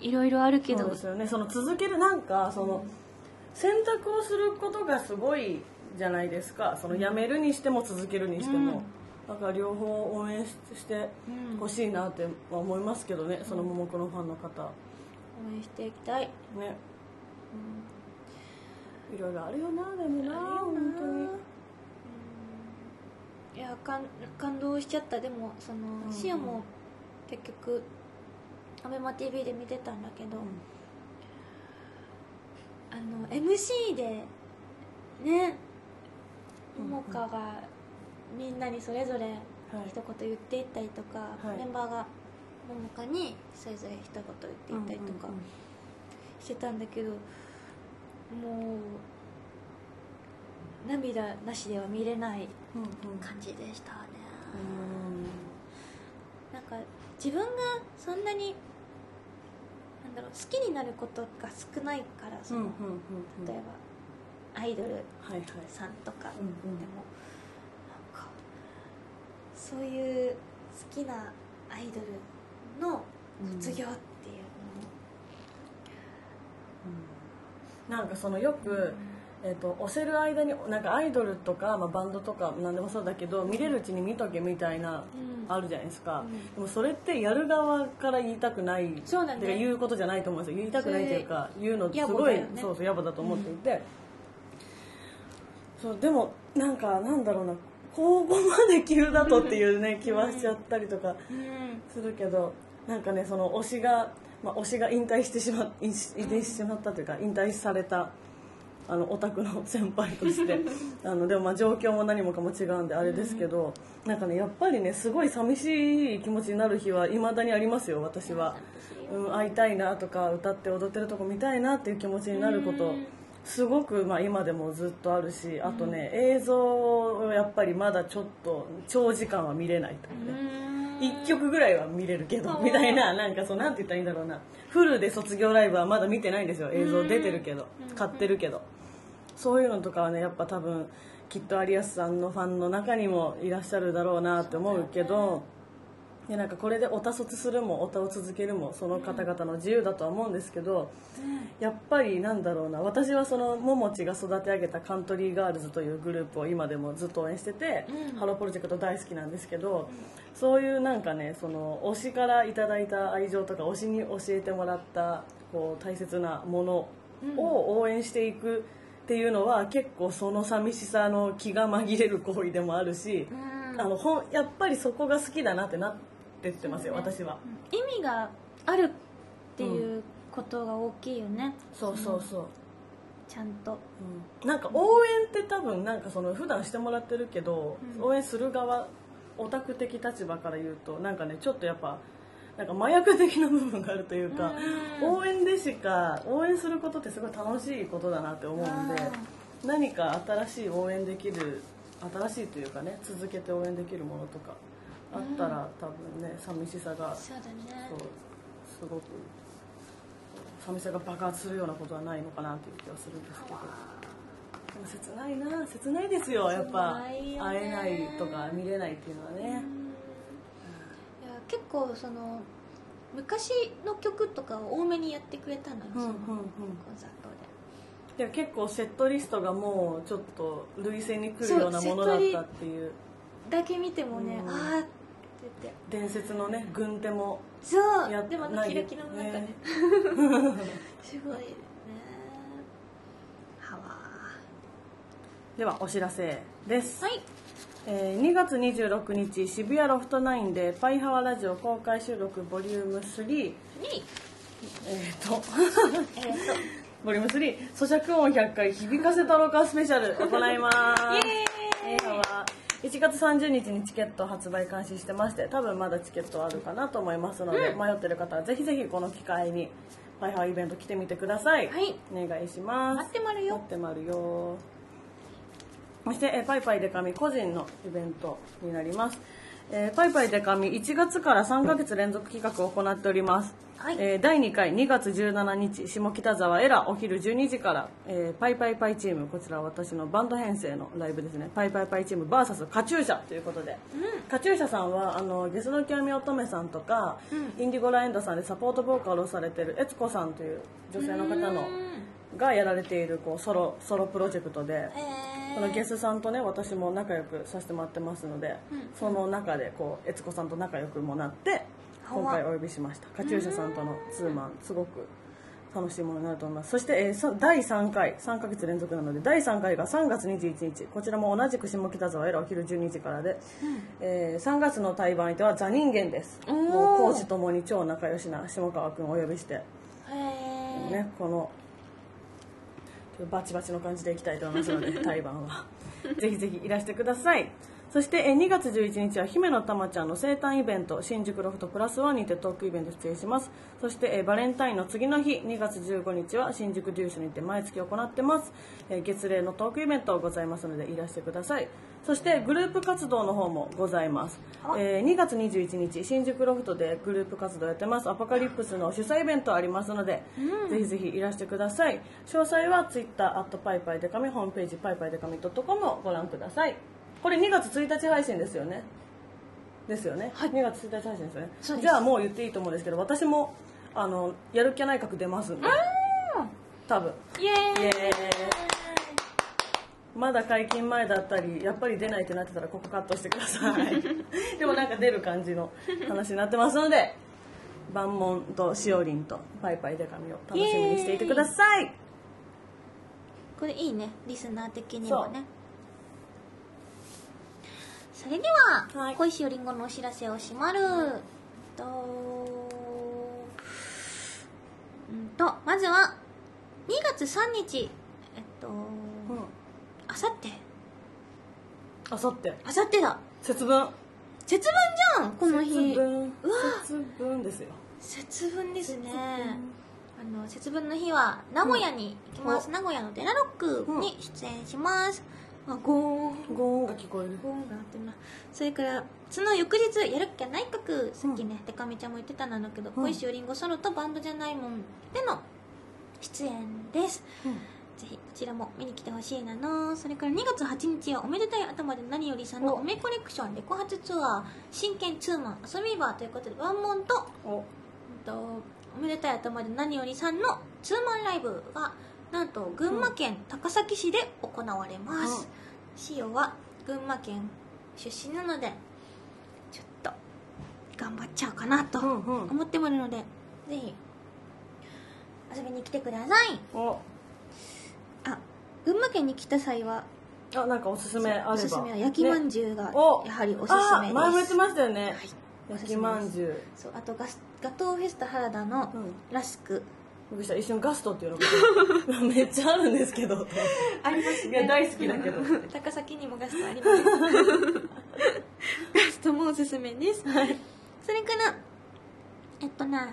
[SPEAKER 2] いろいろあるけ
[SPEAKER 1] そ
[SPEAKER 2] ど
[SPEAKER 1] うですよねその続けるなんかその選択をすることがすごいじゃないですかその辞めるにしても続けるにしても、なんか両方応援しして
[SPEAKER 2] うん
[SPEAKER 1] 欲しいなっては思いますけどねそのももクロファンの方
[SPEAKER 2] 応援していきたい、
[SPEAKER 1] ね
[SPEAKER 2] うん
[SPEAKER 1] いろいろあるよなでもな本当に
[SPEAKER 2] いや感感動しちゃったでもその、
[SPEAKER 1] うん
[SPEAKER 2] シオも結局アベマ t v で見てたんだけど、あの MC でね
[SPEAKER 1] うんうん
[SPEAKER 2] ももかがみんなにそれぞれ
[SPEAKER 1] はい
[SPEAKER 2] 一言言っていったりとか、
[SPEAKER 1] はい
[SPEAKER 2] メンバーがももかにそれぞれ一言言っていったりとか
[SPEAKER 1] うんうん
[SPEAKER 2] してたんだけど、もう涙なしでは見れない
[SPEAKER 1] うんうん
[SPEAKER 2] 感じでしたね、
[SPEAKER 1] うん
[SPEAKER 2] なんか自分がそんなになんだろう好きになることが少ないからそ
[SPEAKER 1] うん
[SPEAKER 2] の、
[SPEAKER 1] うんうん
[SPEAKER 2] 例えばアイドル
[SPEAKER 1] はいはい
[SPEAKER 2] さんとか、
[SPEAKER 1] うんうん
[SPEAKER 2] でもなんかそういう好きなアイドルの卒業っていう
[SPEAKER 1] なんかそのよく、えー、と押せる間になんかアイドルとか、まあ、バンドとか何でもそうだけど見れるうちに見とけみたい
[SPEAKER 2] う
[SPEAKER 1] な、
[SPEAKER 2] ん
[SPEAKER 1] あるじゃないですか、
[SPEAKER 2] うん
[SPEAKER 1] でもそれってやる側から言いたくない
[SPEAKER 2] そうだね
[SPEAKER 1] てか言うことじゃないと思うんですよ言いたくないというか言うのす
[SPEAKER 2] 野
[SPEAKER 1] ご
[SPEAKER 2] 暮
[SPEAKER 1] い、
[SPEAKER 2] だよね
[SPEAKER 1] そうそう野暮だと思っていて、そうでもなんかなんだろうな高校まで急だとっていうね気はしちゃったりとか
[SPEAKER 2] の、うん
[SPEAKER 1] するけどなんかねその推しが、まあ、推しが引退してしまいし引退してしまったというか引退されたあのオタクの先輩として あのでもまあ状況も何もかも違うんであれですけど、なんかねやっぱりねすごい寂しい気持ちになる日はいまだにありますよ私は、うん、会いたいなとか歌って踊ってるとこ見たいなっていう気持ちになること、
[SPEAKER 2] うん
[SPEAKER 1] すごく、まあ、今でもずっとあるしあとね、映像をやっぱりまだちょっと長時間は見れないというね、1曲ぐらいは見れるけどみたいななんかそうなんて言ったらいいんだろうなフルで卒業ライブはまだ見てないんですよ映像出てるけど買ってるけどそういうのとかはねやっぱ多分きっと有吉さんのファンの中にもいらっしゃるだろうなって思うけどでなんかこれでオタ卒するもオタを続けるもその方々の自由だとは思うんですけど、やっぱりなんだろうな私はそのももちが育て上げたカントリーガールズというグループを今でもずっと応援してて、ハロープロジェクト大好きなんですけど、そういうなんかねその推しからいただいた愛情とか推しに教えてもらったこう大切なものを応援していくっていうのは結構その寂しさの気が紛れる行為でもあるし、
[SPEAKER 2] うん
[SPEAKER 1] あのほんやっぱりそこが好きだなってなってってますよ、私は。
[SPEAKER 2] 意味があるっていうことが大きいよね、
[SPEAKER 1] そうそうそう、
[SPEAKER 2] ちゃんと
[SPEAKER 1] うんなんか応援って多分なんかその普段してもらってるけど、
[SPEAKER 2] うん
[SPEAKER 1] 応援する側オタク的立場から言うとなんかねちょっとやっぱなんか麻薬的な部分があるというか、
[SPEAKER 2] うん
[SPEAKER 1] 応援でしか応援することってすごい楽しいことだなって思うんで何か新しい応援できる新しいというかね続けて応援できるものとかあったら、多分ね寂しさが
[SPEAKER 2] そうだ
[SPEAKER 1] そ
[SPEAKER 2] ね
[SPEAKER 1] うすごく寂しさが爆発するようなことはないのかなという気はするんですけどでも切ないな切ないですよやっぱ
[SPEAKER 2] 切ないよね
[SPEAKER 1] 会えないとか見れないっていうのは
[SPEAKER 2] うんいや
[SPEAKER 1] ね、
[SPEAKER 2] 結構その昔の曲とかを多めにやってくれたのよ、
[SPEAKER 1] うんうん
[SPEAKER 2] そ
[SPEAKER 1] うん
[SPEAKER 2] のコンサートで
[SPEAKER 1] でも結構セットリストがもうちょっと類線に来るようなものだったっていう
[SPEAKER 2] だけ見てもね、
[SPEAKER 1] うん
[SPEAKER 2] ああって言って
[SPEAKER 1] 伝説のね軍手も
[SPEAKER 2] そう
[SPEAKER 1] やっ
[SPEAKER 2] でもあの
[SPEAKER 1] ない
[SPEAKER 2] キラキラの中ね
[SPEAKER 1] ね
[SPEAKER 2] すごいねはわ
[SPEAKER 1] ではお知らせで
[SPEAKER 2] ー
[SPEAKER 1] す
[SPEAKER 2] はい
[SPEAKER 1] えー2月26日渋谷ロフトナインで「パイハワラジオ公開収録ボリューム3
[SPEAKER 2] に
[SPEAKER 1] えっ、と
[SPEAKER 2] えー、と
[SPEAKER 1] ボリューム3咀嚼音100回響かせたろかスペシャル行います
[SPEAKER 2] イエーイ
[SPEAKER 1] 映画は1月30日にチケット発売開始してまして多分まだチケットあるかなと思いますので、迷ってる方はぜひぜひこの機会にパイハワイベント来てみてください、
[SPEAKER 2] はい
[SPEAKER 1] お願いします
[SPEAKER 2] 待ってまるよ
[SPEAKER 1] 待ってまるよそして、えーパイパイデカミ個人のイベントになります。えーパイパイデカミ1月から3ヶ月連続企画を行っております。
[SPEAKER 2] はい
[SPEAKER 1] えー第2回2月17日、下北沢エラお昼12時から、えーパイパイパイチーム、こちらは私のバンド編成のライブですね。パイパイパイチーム VS カチューシャということで、カチューシャさんは、あの、ゲスの極み乙女さんとか、インディゴラエンドさんでサポートボーカルをされてる、エツコさんという女性の方の、がやられているこうソロソロプロジェクトで、
[SPEAKER 2] え
[SPEAKER 1] このゲスさんとね私も仲良くさせてもらってますので、その中でこう悦子さんと仲良くもなって
[SPEAKER 2] ほわ
[SPEAKER 1] 今回お呼びしましたカチューシャさんとのツーマンすごく楽しいものになると思いますそして、えーさ第3回3ヶ月連続なので第3回が3月21日こちらも同じく下北沢エロお昼12時からで、えー3月の対バン相手はザ人間です
[SPEAKER 2] おー
[SPEAKER 1] もう講師ともに超仲良しな下川君をお呼びして
[SPEAKER 2] ー、えー、
[SPEAKER 1] ね、このバチバチの感じでいきたいと思いますので対バンはぜひぜひいらしてくださいそしてえー2月11日は姫のたまちゃんの生誕イベント新宿ロフトプラスワンにてトークイベント出演しますそしてえーバレンタインの次の日2月15日は新宿デュースにて毎月行ってますえー月例のトークイベントございますのでいらしてくださいそしてグループ活動の方もございます、えー2月21日新宿ロフトでグループ活動やってますアポカリプスの主催イベントありますので、ぜひぜひいらしてください詳細は Twitter パイパイデカミホームページパイパイデカミ .com をご覧くださいこれ2月1日配信ですよねですよね、2月1日配信ですよね
[SPEAKER 2] そうです
[SPEAKER 1] じゃあもう言っていいと思うんですけど私もあのやる気内閣出ますんで多分
[SPEAKER 2] イエーイ
[SPEAKER 1] イエーイまだ解禁前だったりやっぱり出ないってなってたらここカットしてくださ いでもなんか出る感じの話になってますので万門としおりんとパイパイデカミを楽しみにしていてください
[SPEAKER 2] これいいねリスナー的にもねそれでは、
[SPEAKER 1] はい
[SPEAKER 2] 恋しおりんごのお知らせをしまる、とうんとまずは2月3日えっと
[SPEAKER 1] うん
[SPEAKER 2] あさって
[SPEAKER 1] あさって
[SPEAKER 2] あさってだ
[SPEAKER 1] 節分
[SPEAKER 2] 節分じゃんこの日
[SPEAKER 1] 節分
[SPEAKER 2] うわ
[SPEAKER 1] 節分ですよ
[SPEAKER 2] 節分ですねあの節分の日は名古屋に行きます、
[SPEAKER 1] う
[SPEAKER 2] 名古屋のデラロックに出演します、あゴーン
[SPEAKER 1] ご音が聞こえる
[SPEAKER 2] ゴーンが鳴ってるなそれからその翌日やるっきゃ内閣さっきね、でかみちゃんも言ってたんだけど、小石よりんごソロとバンドじゃないもんでの出演です、
[SPEAKER 1] うん
[SPEAKER 2] ぜひこちらも見に来てほしいなのそれから2月8日はおめでたい頭で何よりさんの
[SPEAKER 1] お
[SPEAKER 2] おめコレクションレコ発ツアー真剣ツーマン遊びバーということでワンモンと
[SPEAKER 1] お
[SPEAKER 2] うんとおめでたい頭で何よりさんのツーマンライブがなんと群馬県高崎市で行われます、しおは群馬県出身なのでちょっと頑張っちゃうかなと
[SPEAKER 1] うんうん
[SPEAKER 2] 思ってもいるので、ぜひ遊びに来てください
[SPEAKER 1] お
[SPEAKER 2] あ群馬県に来た際は
[SPEAKER 1] あなんかおすすめあれば
[SPEAKER 2] おすすめは焼きまんじゅうがや
[SPEAKER 1] お
[SPEAKER 2] はりおすす
[SPEAKER 1] あ
[SPEAKER 2] め
[SPEAKER 1] ー前も言
[SPEAKER 2] で
[SPEAKER 1] って
[SPEAKER 2] す
[SPEAKER 1] ましたよね、
[SPEAKER 2] おすすめです
[SPEAKER 1] 焼きまんじゅう
[SPEAKER 2] そうあとガスガトーフェスタ原田の
[SPEAKER 1] うん
[SPEAKER 2] ラスク、
[SPEAKER 1] 僕した一瞬ガストっていうのがめっちゃあるんですけど
[SPEAKER 2] あります
[SPEAKER 1] いや大好きだけど
[SPEAKER 2] 高崎にもガストあります ガストもおすすめです、それからえっとな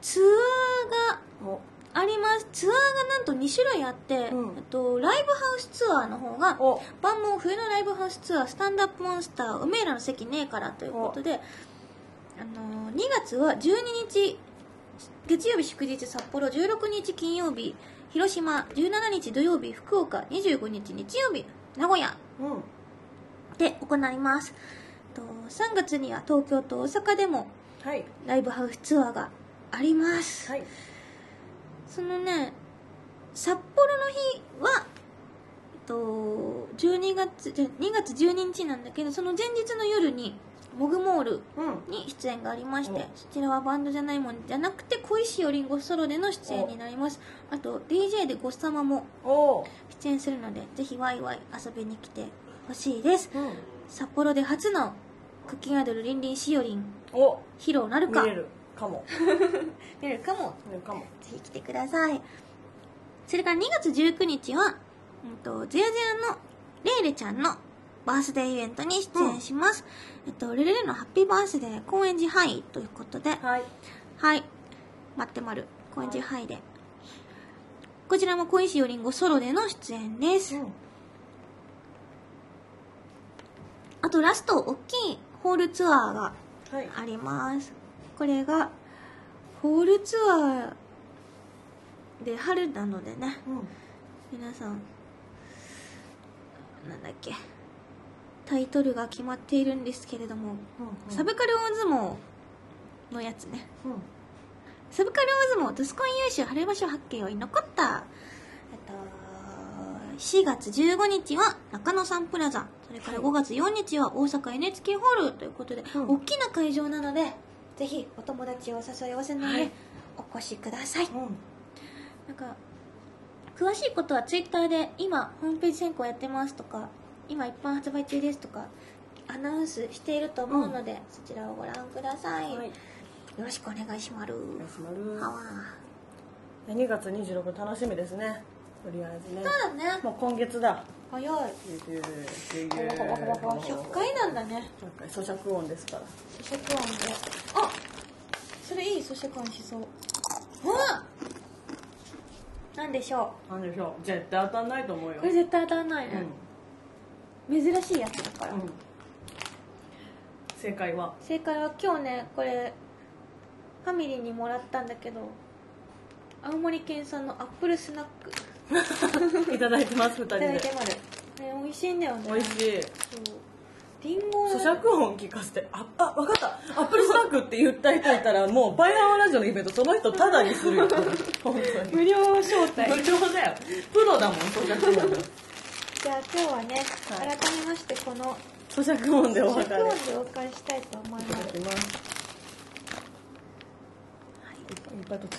[SPEAKER 2] ツアーが
[SPEAKER 1] お
[SPEAKER 2] ありますツアーがなんと2種類あって、
[SPEAKER 1] うん
[SPEAKER 2] えっと、ライブハウスツアーの方が
[SPEAKER 1] お
[SPEAKER 2] 万門冬のライブハウスツアースタンダップモンスター梅らの席ねえからということで、あのー2月は12日月曜日祝日札幌16日金曜日広島17日土曜日福岡25日日曜日名古屋
[SPEAKER 1] うん
[SPEAKER 2] で行いますと3月には東京と大阪でも
[SPEAKER 1] はい
[SPEAKER 2] ライブハウスツアーがあります、
[SPEAKER 1] はい
[SPEAKER 2] そのね札幌の日はえっと12月じゃ2月12日なんだけどその前日の夜にモグモール
[SPEAKER 1] うん
[SPEAKER 2] に出演がありまして
[SPEAKER 1] お
[SPEAKER 2] そちらはバンドじゃないもんじゃなくて小石よりんごソロでの出演になりますあと DJ でごっさまも
[SPEAKER 1] お
[SPEAKER 2] 出演するのでぜひワイワイ遊びに来てほしいです
[SPEAKER 1] うん
[SPEAKER 2] 札幌で初のクッキンアイドルりんりんしおりん
[SPEAKER 1] お
[SPEAKER 2] 披露なる
[SPEAKER 1] 見
[SPEAKER 2] か
[SPEAKER 1] れるかも
[SPEAKER 2] 見れるかも
[SPEAKER 1] 見れるかも
[SPEAKER 2] ぜひ来てください。それから2月19日は、うんと、ゼロゼロのレイレちゃんのバースデーイベントに出演します。えっと、レレレのハッピーバースデー高円寺ハイということで、
[SPEAKER 1] はい
[SPEAKER 2] はい。待ってまる。高円寺ハイで。こちらも小石よりんごソロでの出演です。あとラスト、大きいホールツアーが
[SPEAKER 1] はい
[SPEAKER 2] ありますこれがホールツアーで春なのでね
[SPEAKER 1] うん
[SPEAKER 2] 皆さんなんだっけタイトルが決まっているんですけれども、サブカル大相撲のやつね
[SPEAKER 1] うん
[SPEAKER 2] サブカル大相撲ドスコン優秀春場所発見を残ったえっと4月15日は中野サンプラザそれから5月4日は大阪 NHK ホールということで、
[SPEAKER 1] うん
[SPEAKER 2] 大きな会場なのでぜひお友達をお誘い合わせの上、
[SPEAKER 1] はい
[SPEAKER 2] お越しください
[SPEAKER 1] うん
[SPEAKER 2] なんか詳しいことはツイッターで今ホームページ選考やってますとか今一般発売中ですとかアナウンスしていると思うので、そちらをご覧ください、
[SPEAKER 1] はい
[SPEAKER 2] よろしくお願いします
[SPEAKER 1] 始まる
[SPEAKER 2] はわー
[SPEAKER 1] 2月26日楽しみですねとりあえずね
[SPEAKER 2] そうだね
[SPEAKER 1] もう今月だ
[SPEAKER 2] 早い100回なんだね
[SPEAKER 1] なんか咀嚼音ですから
[SPEAKER 2] 咀嚼音であそれいい咀嚼音しそううんなんでしょ
[SPEAKER 1] なんでしょう絶対当たんないと思う
[SPEAKER 2] う
[SPEAKER 1] よ
[SPEAKER 2] これ絶対当たんない
[SPEAKER 1] うん
[SPEAKER 2] ね、珍しいやつだから、
[SPEAKER 1] うん正解は
[SPEAKER 2] 正解は今日ねこれファミリーにもらったんだけど青森県産のアップルスナックい
[SPEAKER 1] いただいてます2人
[SPEAKER 2] ただい
[SPEAKER 1] で
[SPEAKER 2] てまる、ね、美味しいんだよね
[SPEAKER 1] 美味しい
[SPEAKER 2] そうリンゴ
[SPEAKER 1] 咀嚼音聞かせてああ分かったアップルスナックって言った人いたらもうバイハワラジオのイベントその人タダにする よ本当に
[SPEAKER 2] 無料招待
[SPEAKER 1] 無料だよプロだもん咀嚼音
[SPEAKER 2] じゃあ今日はね、
[SPEAKER 1] は
[SPEAKER 2] 改
[SPEAKER 1] い
[SPEAKER 2] めましてこの
[SPEAKER 1] 咀嚼音でお
[SPEAKER 2] 食
[SPEAKER 1] 別れ
[SPEAKER 2] 音でお返したいと思い
[SPEAKER 1] い
[SPEAKER 2] ま
[SPEAKER 1] ただ
[SPEAKER 2] す
[SPEAKER 1] きますいっぱいいっぱい取って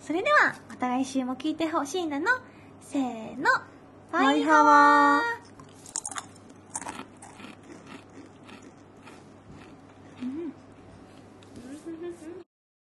[SPEAKER 2] それではまた来週も聞いてほしいなのせーの
[SPEAKER 1] た
[SPEAKER 2] バイハワ
[SPEAKER 1] ハワー